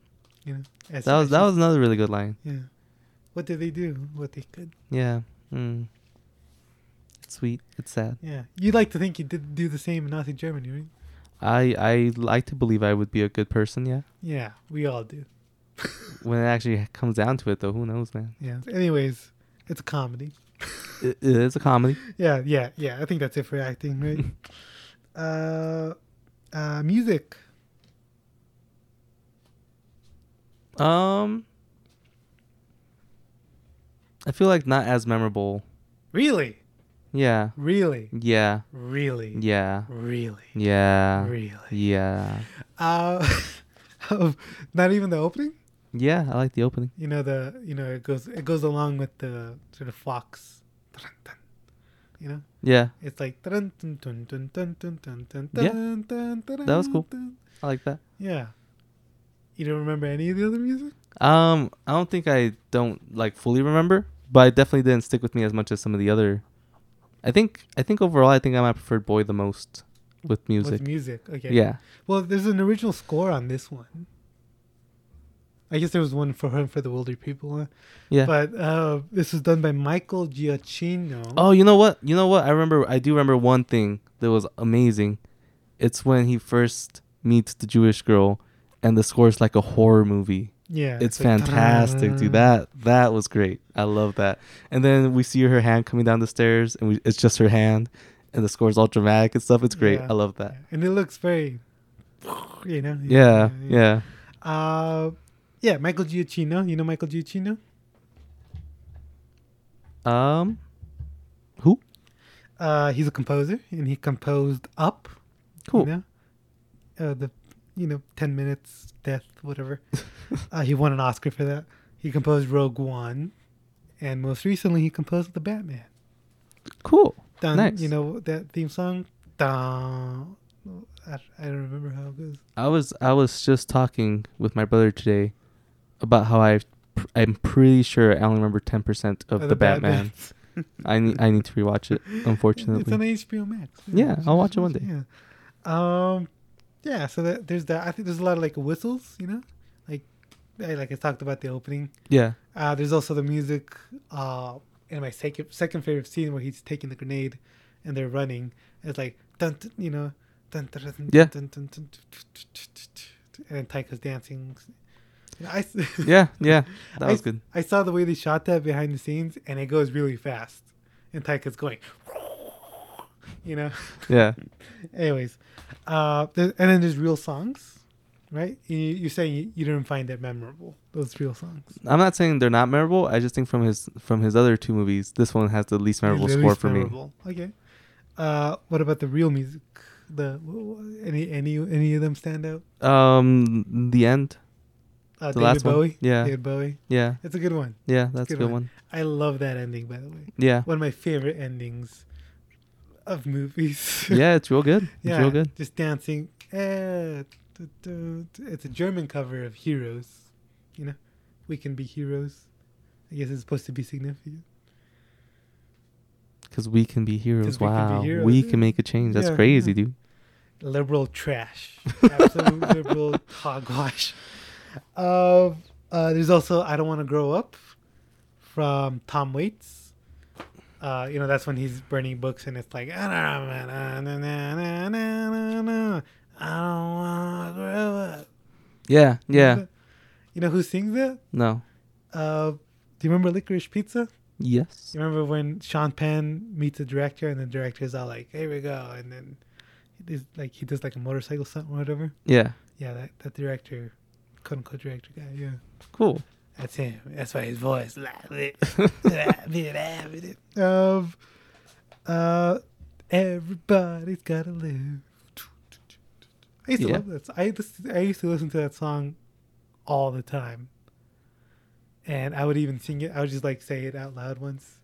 S1: You know, as-
S2: That was
S1: as
S2: that
S1: she-
S2: was another really good line.
S1: Yeah. What did they do? What they could.
S2: Yeah. Mm. It's sweet. It's sad.
S1: Yeah. You'd like to think you did do the same in Nazi Germany, right?
S2: I I like to believe I would be a good person. Yeah.
S1: Yeah, we all do.
S2: When it actually comes down to it, though, who knows, man?
S1: Yeah. Anyways, it's a comedy.
S2: It, it is a comedy.
S1: Yeah, yeah, yeah. I think that's it for acting, right? uh uh music.
S2: Um. I feel like not as memorable.
S1: Really?
S2: Yeah.
S1: Really?
S2: Yeah.
S1: Really?
S2: Yeah.
S1: Really?
S2: Yeah.
S1: Really?
S2: Yeah.
S1: Uh of not even the opening?
S2: Yeah. I like the opening.
S1: You know the you know it goes it goes along with the sort of fox. You know?
S2: Yeah.
S1: It's like dun dun dun dun dun dun dun dun
S2: Yeah.
S1: dun dun dun
S2: That was cool.
S1: dun.
S2: I like that.
S1: Yeah. You don't remember any of the other music?
S2: Um, I don't think I don't like fully remember, but it definitely didn't stick with me as much as some of the other. I think I think overall I think I might prefer Boy the most with music.
S1: With Oh, music. Okay.
S2: Yeah,
S1: Well, there's an original score on this one. I guess there was one for him for the Wilder People, huh?
S2: yeah.
S1: but uh, this was done by Michael Giacchino.
S2: oh, you know what? You know what? I remember. I do remember one thing that was amazing. It's when he first meets the Jewish girl, and the score is like a horror movie.
S1: yeah,
S2: It's
S1: like,
S2: fantastic, dude. That that was great. I love that. And then we see her hand coming down the stairs, and we, it's just her hand, and the score is all dramatic and stuff. It's great.
S1: Yeah.
S2: I love that.
S1: and it looks very, you know.
S2: Yeah, yeah.
S1: yeah. Uh, yeah, Michael Giacchino. You know Michael Giacchino?
S2: Um, who?
S1: Uh, he's a composer, and he composed Up. You
S2: Cool.
S1: know? Uh, the, you know, 10 minutes, death, whatever. uh, he won an Oscar for that. He composed Rogue One. And most recently, he composed The Batman.
S2: Cool.
S1: Dun,
S2: nice.
S1: You know, that theme song? Dun. I, I don't remember how it goes.
S2: I was I was just talking with my brother today about how I pr- I'm pretty sure I only remember ten percent of
S1: Uh,
S2: the, Batman. I need I need to rewatch it.
S1: it's on
S2: Unfortunately,
S1: HBO Max.
S2: Yeah, I'll watch it one day.
S1: Yeah. Um, yeah, so that, there's that. I think there's a lot of like whistles, you know? Like, I, like I talked about the opening.
S2: yeah.
S1: Uh, there's also the music uh, in my second second favorite scene where he's taking the grenade and they're running. It's like dun, dun, you know, dun, dun, dun,
S2: Yeah.
S1: dun, dun, dun, and then Taika's dancing. You know, I s-
S2: Yeah, yeah, that
S1: I
S2: was
S1: s-
S2: good.
S1: I saw the way they shot that behind the scenes, and it goes really fast, and Taika's going, you know.
S2: Yeah,
S1: Anyways, uh, there, and then there's real songs, right? You, you're saying you, you didn't find it memorable. Those real songs.
S2: I'm not saying they're not memorable. I just think from his from his other two movies, this one has the least memorable
S1: At
S2: score
S1: least
S2: for me.
S1: memorable. Okay. Uh, what about the real music? The any any any of them stand out?
S2: Um, the end.
S1: Uh,
S2: The
S1: David
S2: last one?
S1: Bowie.
S2: Yeah.
S1: David Bowie.
S2: Yeah,
S1: That's a good one.
S2: yeah, that's a
S1: Good
S2: good
S1: one.
S2: one.
S1: I love that ending, by the way.
S2: Yeah,
S1: One of my favorite endings of movies.
S2: yeah, it's real good. It's
S1: Yeah,
S2: real good.
S1: Just dancing. Eh, du- du- du- It's a German cover of Heroes. You know, we can be heroes. I guess it's supposed to be significant.
S2: Cause we can be heroes.
S1: 'Cause we can be
S2: Wow, we can,
S1: heroes, yeah.
S2: make a change. That's
S1: Yeah,
S2: crazy,
S1: yeah.
S2: dude.
S1: Liberal trash. Absolute liberal hogwash. Uh, uh, there's also I Don't Want to Grow Up from Tom Waits. Uh, you know, that's when he's burning books and it's like, I don't want to grow up.
S2: Yeah, yeah.
S1: You know who sings that?
S2: No.
S1: Uh, do you remember Licorice Pizza?
S2: Yes.
S1: You remember when Sean Penn meets a director and the director's all like, "Here we go," and then he does, like he does like a motorcycle stunt or whatever.
S2: Yeah.
S1: Yeah, that that director, quote unquote director guy. Yeah,
S2: Cool.
S1: that's him. That's why his voice. like this. um, uh, everybody's gotta live. I used to
S2: Yeah.
S1: love that. I just, I used to listen to that song all the time. And I would even sing it. I would just like say it out loud once.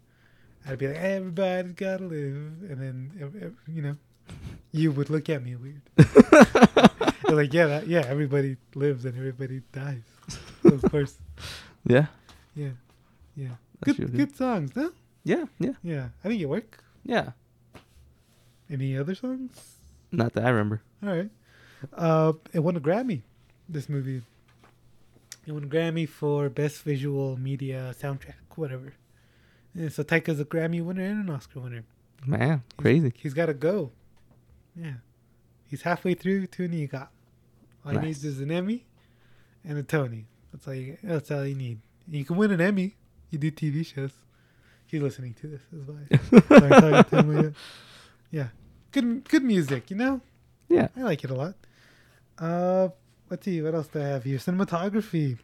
S1: I'd be like, "Everybody's gotta live," and then ev- ev- you know, you would look at me weird. You're like, yeah, that, yeah, everybody lives and everybody dies, of course.
S2: Yeah.
S1: Yeah, yeah.
S2: That's
S1: good,
S2: really
S1: good songs, huh?
S2: Yeah. Yeah.
S1: Yeah, I think it worked.
S2: Yeah.
S1: Any other songs?
S2: Not that I remember.
S1: All right. Uh, it won a Grammy. This movie. It won a Grammy for best visual media soundtrack, whatever. And so Taika's a Grammy winner and an Oscar winner.
S2: Man, crazy.
S1: He's got to go. Yeah, he's halfway through to an E EGOT. All he needs
S2: Nice.
S1: is an Emmy and a Tony. That's all you. That's all you need. And you can win an Emmy. You do TV shows. He's listening to this. Is why. Sorry, sorry, Tim, yeah. yeah, good, good music. You know,
S2: Yeah.
S1: I like it a lot. Uh, let's see. What else do I have here? Cinematography.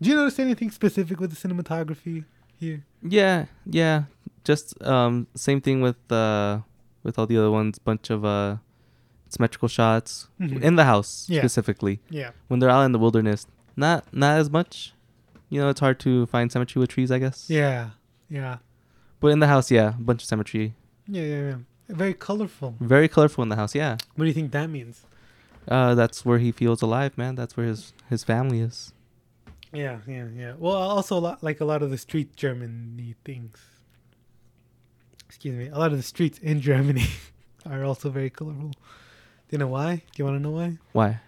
S1: Do you notice anything specific with the cinematography here?
S2: Yeah. Yeah. Just um same thing with uh with all the other ones, bunch of uh symmetrical shots
S1: Mhm.
S2: in the house
S1: Yeah.
S2: specifically.
S1: Yeah.
S2: When they're out in the wilderness, not not as much. You know, it's hard to find symmetry with trees, I guess.
S1: Yeah. Yeah.
S2: But in the house, yeah, a bunch of symmetry.
S1: Yeah, yeah, yeah. Very colorful.
S2: Very colorful in the house, yeah.
S1: What do you think that means?
S2: Uh, that's where he feels alive, man. That's where his his family is.
S1: Yeah, yeah, yeah. Well, also a lot, like a lot of the street Germany things. Excuse me. A lot of the streets in Germany are also very colorful. Do you know why? Do you want to know why?
S2: Why?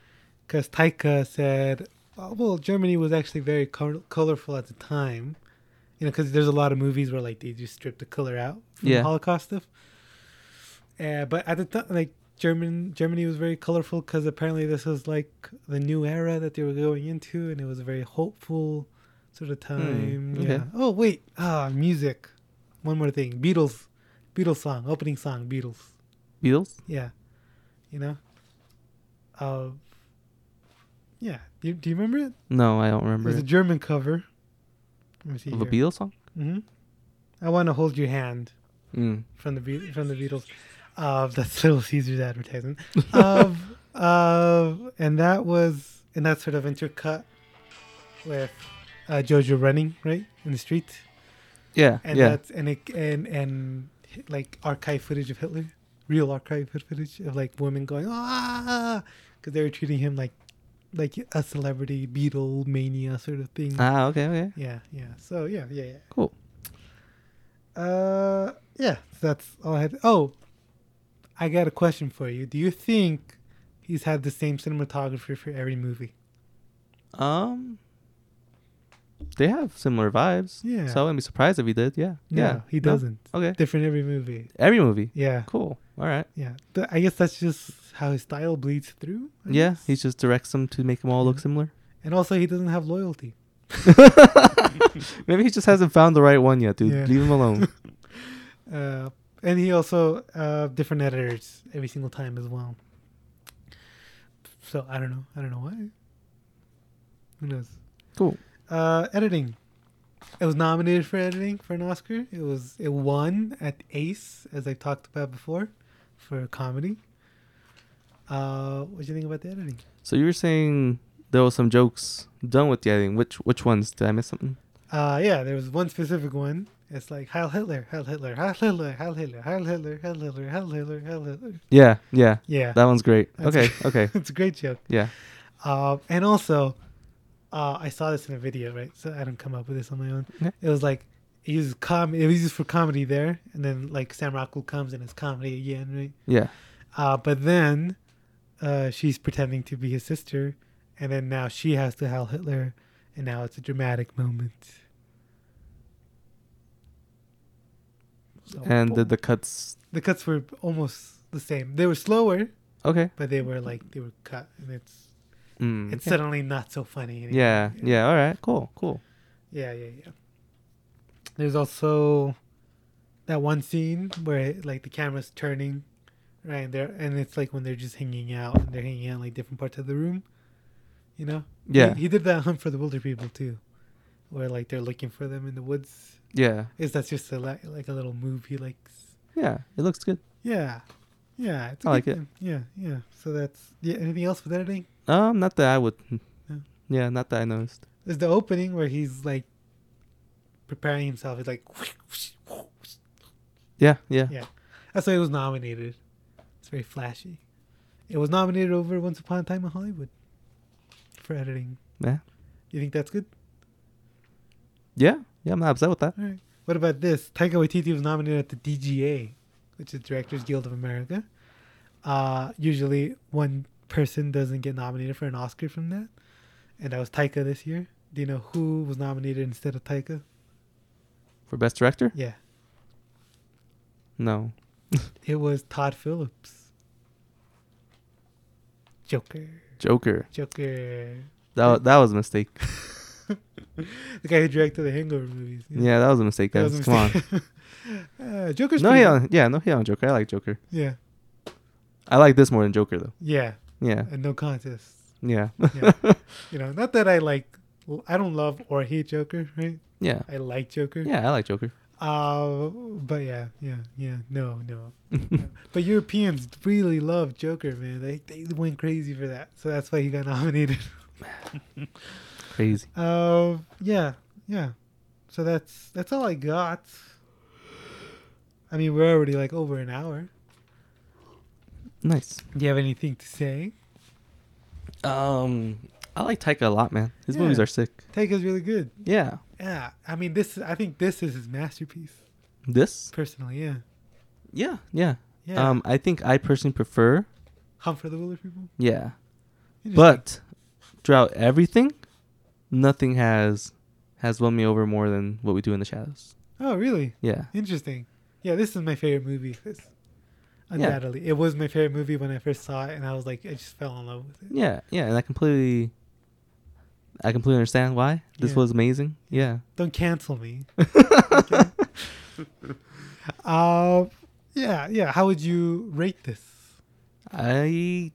S1: Because Taika said, oh, well, Germany was actually very col- colorful at the time. You know, because there's a lot of movies where like they just strip the color out from
S2: Yeah.
S1: the Holocaust stuff. Uh, but at the time, like German Germany was very colorful because apparently this was like the new era that they were going into, and it was a very hopeful sort of time.
S2: Hmm, okay.
S1: Yeah. Oh wait, ah, music. One more thing, Beatles, Beatles song, opening song, Beatles.
S2: Beatles?
S1: Yeah, you know. Uh, yeah. Do you, do you remember it?
S2: No, I don't
S1: It
S2: remember.
S1: was a
S2: It.
S1: German cover. Let me see
S2: Of a
S1: here.
S2: Beatles song?
S1: hmm I want to hold your hand
S2: Mm.
S1: from the Be- from the Beatles. Uh, that's Little Caesars advertisement. Of of and that was and that sort of intercut with uh, Jojo running right in the street,
S2: Yeah,
S1: and
S2: yeah.
S1: that's and it and and hit, like archive footage of Hitler, real archive fo- footage of like women going ah because they were treating him like like a celebrity Beatle mania sort of thing.
S2: Ah, okay, okay.
S1: Yeah, yeah. So yeah, yeah, yeah.
S2: Cool.
S1: Uh, yeah, that's all I had. Oh, I got a question for you. Do you think he's had the same cinematographer for every movie?
S2: Um, they have similar vibes.
S1: Yeah.
S2: So I wouldn't be surprised if he did. Yeah.
S1: No,
S2: yeah.
S1: he
S2: No?
S1: doesn't.
S2: Okay.
S1: Different every movie.
S2: Every movie.
S1: Yeah,
S2: Cool. All right.
S1: yeah. Th- I guess that's just how his style bleeds through. I
S2: Yeah.
S1: guess.
S2: He just directs them to make them all look similar.
S1: and also he doesn't have loyalty.
S2: Maybe he just hasn't found the right one yet, dude.
S1: Yeah.
S2: Leave him alone.
S1: Uh, and he also uh different editors every single time as well. So I don't know. I don't know why. Who knows?
S2: Cool.
S1: Uh, editing. It was nominated for editing for an Oscar. It was it won at ACE, as I talked about before, for comedy. Uh, what do you think about the editing?
S2: So you were saying there was some jokes done with the editing. Which which ones? Did I miss something?
S1: Uh, yeah, there was one specific one. It's like Heil Hitler, Heil Hitler, Heil Hitler, Heil Hitler, Heil Hitler, Heil Hitler, Heil Hitler, Heil Hitler.
S2: Yeah, yeah.
S1: Yeah,
S2: That one's great. Okay,
S1: That's-
S2: okay.
S1: it's a great joke.
S2: Yeah.
S1: Uh, and also, uh, I saw this in a video, right? So I didn't come up with this on my own.
S2: Yeah.
S1: It was like it uses com, it was used for comedy there, and then like Sam Rockwell comes and it's comedy again, right?
S2: Yeah.
S1: Uh, but then uh, she's pretending to be his sister, and then now she has to Heil Hitler, and now it's a dramatic moment. So
S2: And did the cuts
S1: the cuts were almost the same. They were slower,
S2: Okay.
S1: but they were like they were cut, and it's
S2: Mm.
S1: it's suddenly not so funny anymore.
S2: yeah, yeah, all right. Cool, cool.
S1: Yeah, yeah, yeah. There's also that one scene where like the camera's turning, right? And they're and it's like when they're just hanging out and they're hanging out in like different parts of the room, you know?
S2: Yeah.
S1: He, he did that on Hunt for the Wilder People too, where like they're looking for them in the woods.
S2: Yeah.
S1: Is that's just a li- like a little move he likes?
S2: Yeah. It looks good.
S1: Yeah, yeah. It's
S2: I like
S1: good
S2: it.
S1: one. Yeah, yeah. So that's yeah. Anything else with editing?
S2: Um, not that I would
S1: Yeah.
S2: Yeah, not that I noticed.
S1: There's the opening where he's like preparing himself. He's like,
S2: Yeah, yeah.
S1: Yeah. That's why it was nominated. It's very flashy. It was nominated over Once Upon a Time in Hollywood for editing.
S2: Yeah.
S1: You think that's good?
S2: Yeah. Yeah, I'm not upset with that.
S1: All right. What about this? Taika Waititi was nominated at the DGA, which is Directors Guild of America. Uh, usually, one person doesn't get nominated for an Oscar from that, and that was Taika this year. Do you know who was nominated instead of Taika?
S2: For best director?
S1: Yeah,
S2: No.
S1: it was Todd Phillips. Joker,
S2: Joker.
S1: Joker.
S2: That wa- that was a mistake.
S1: The guy who directed the Hangover movies. you know?
S2: Yeah, that was a mistake,
S1: That
S2: guys.
S1: was a
S2: Come on.
S1: mistake. uh, Joker's
S2: No
S1: pretty
S2: hate
S1: good.
S2: on yeah, no hate on Joker. I like Joker.
S1: Yeah,
S2: I like this more than Joker though.
S1: yeah,
S2: Yeah.
S1: and no contest.
S2: Yeah.
S1: Yeah. you know, not that I like, I don't love or hate Joker, right?
S2: yeah.
S1: I like Joker.
S2: Yeah, I like Joker.
S1: Uh, but yeah, yeah, yeah. No, no. no. but Europeans really love Joker, man. They they went crazy for that, so that's why he got nominated.
S2: Crazy.
S1: Uh, yeah, yeah. So that's that's all I got. I mean, we're already like over an hour.
S2: Nice.
S1: Do you have anything to say?
S2: Um I like Taika a lot, man. His movies
S1: Yeah.
S2: are sick.
S1: Take is really good.
S2: Yeah.
S1: Yeah, I mean, this. I think this is his masterpiece,
S2: This?
S1: personally. Yeah,
S2: Yeah. Yeah.
S1: yeah.
S2: Um I think I personally prefer
S1: Hunt for the Wilder People.
S2: Yeah.
S1: Interesting.
S2: But throughout everything, nothing has has won me over more than what we do in the shadows.
S1: oh, really?
S2: Yeah.
S1: Interesting. Yeah, this is my favorite movie. This, undoubtedly, it was my favorite movie when I first saw it, and I was like, I just fell in love with it.
S2: Yeah. Yeah. And I completely I completely understand why. This
S1: Yeah.
S2: was amazing. Yeah.
S1: Don't cancel me. Uh, yeah, yeah. How would you rate this?
S2: I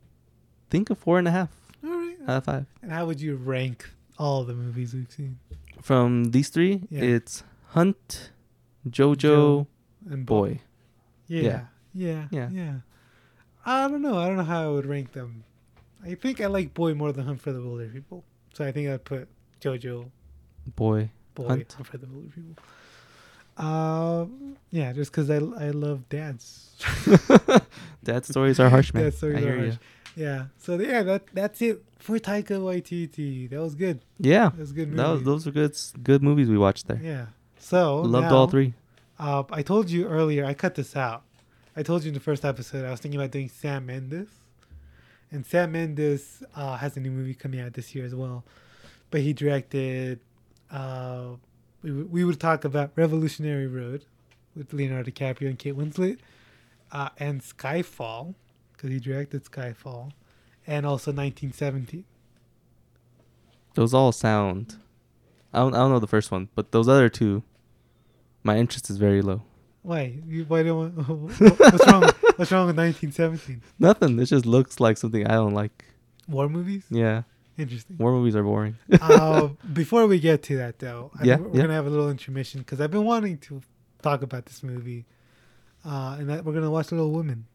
S2: think a four and a half
S1: All right.
S2: out of five.
S1: And how would you rank all the movies we've seen?
S2: From these three,
S1: Yeah.
S2: it's Hunt, Jojo,
S1: Joe. And Bo-
S2: Boy.
S1: Yeah. Yeah. Yeah.
S2: Yeah.
S1: I don't know. I don't know how I would rank them. I think I like Boy more than Hunt for the Wilder People. So I think I'd put JoJo,
S2: Boy.
S1: Boy, Hunt,
S2: Hunt.
S1: for the Wilder People. Um, yeah, just because I, I love dads.
S2: Dad stories are harsh, man.
S1: Dad stories
S2: I
S1: are
S2: hear
S1: harsh. yeah. So yeah, that that's it for Taika Waititi. That was good.
S2: ya. Yeah.
S1: That was a good
S2: That was,
S1: movie.
S2: those were good s- good movies we watched there.
S1: Yeah. So
S2: Loved
S1: now-
S2: all three.
S1: Uh, I told you earlier, I cut this out. I told you in the first episode, I was thinking about doing Sam Mendes. And Sam Mendes uh, has a new movie coming out this year as well. But he directed, uh, we, w- we would talk about Revolutionary Road with Leonardo DiCaprio and Kate Winslet, uh, and Skyfall, because he directed Skyfall, and also 1917.
S2: Those all sound. I don't, I don't know the first one, but those other two, my interest is very low.
S1: Why? You, why don't, wha- wha- what's, wrong, what's wrong with 1917?
S2: Nothing. It just looks like something I don't like.
S1: War movies?
S2: Yeah,
S1: Interesting.
S2: war movies are boring.
S1: uh, before we get to that, though, I
S2: Yeah,
S1: think we're
S2: yeah.
S1: gonna have a little intermission because I've been wanting to talk about this movie, uh, and that we're gonna watch Little Women,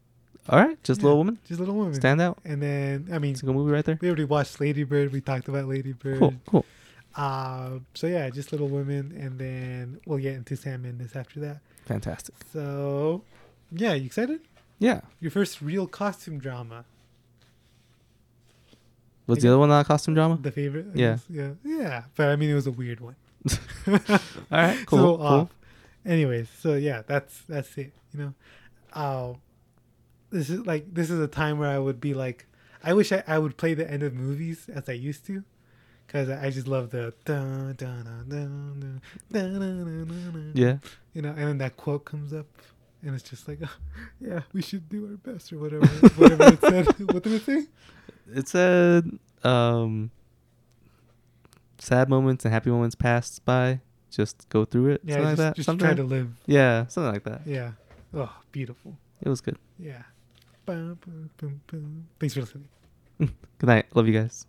S2: All right, just Little Woman,
S1: just Little Women,
S2: stand out.
S1: and then I mean,
S2: It's a good movie right there.
S1: we already watched Lady Bird. We talked about Lady Bird.
S2: Cool, cool.
S1: Uh, so yeah, just Little Women, and then we'll get into Sam Mendes after that.
S2: Fantastic.
S1: So, yeah, you excited?
S2: Yeah.
S1: Your first real costume drama,
S2: Was the other one not a costume drama?
S1: the favorite? I
S2: Yeah.
S1: guess? yeah, yeah. But I mean, it was a weird one.
S2: All right, cool.
S1: so uh,
S2: cool.
S1: off. Anyways, so yeah, that's that's it. You know, uh, this is like this is a time where I would be like, I wish I, I would play the end of movies as I used to, because I I just love the dun, dun, dun, dun, dun, dun, dun, dun, dun, dun.
S2: Yeah.
S1: you know, and then that quote comes up, and it's just like, yeah, we should do our best or whatever, whatever it said. What did it say?
S2: It said, um, sad moments and happy moments passed by. Just go through it.
S1: Yeah,
S2: something
S1: just,
S2: like that.
S1: just
S2: something
S1: try
S2: like-
S1: to live.
S2: yeah, something like that.
S1: Yeah. Oh, beautiful.
S2: It was good.
S1: Yeah. Bum, bum, bum, bum. Thanks for listening.
S2: Good night. Love you guys.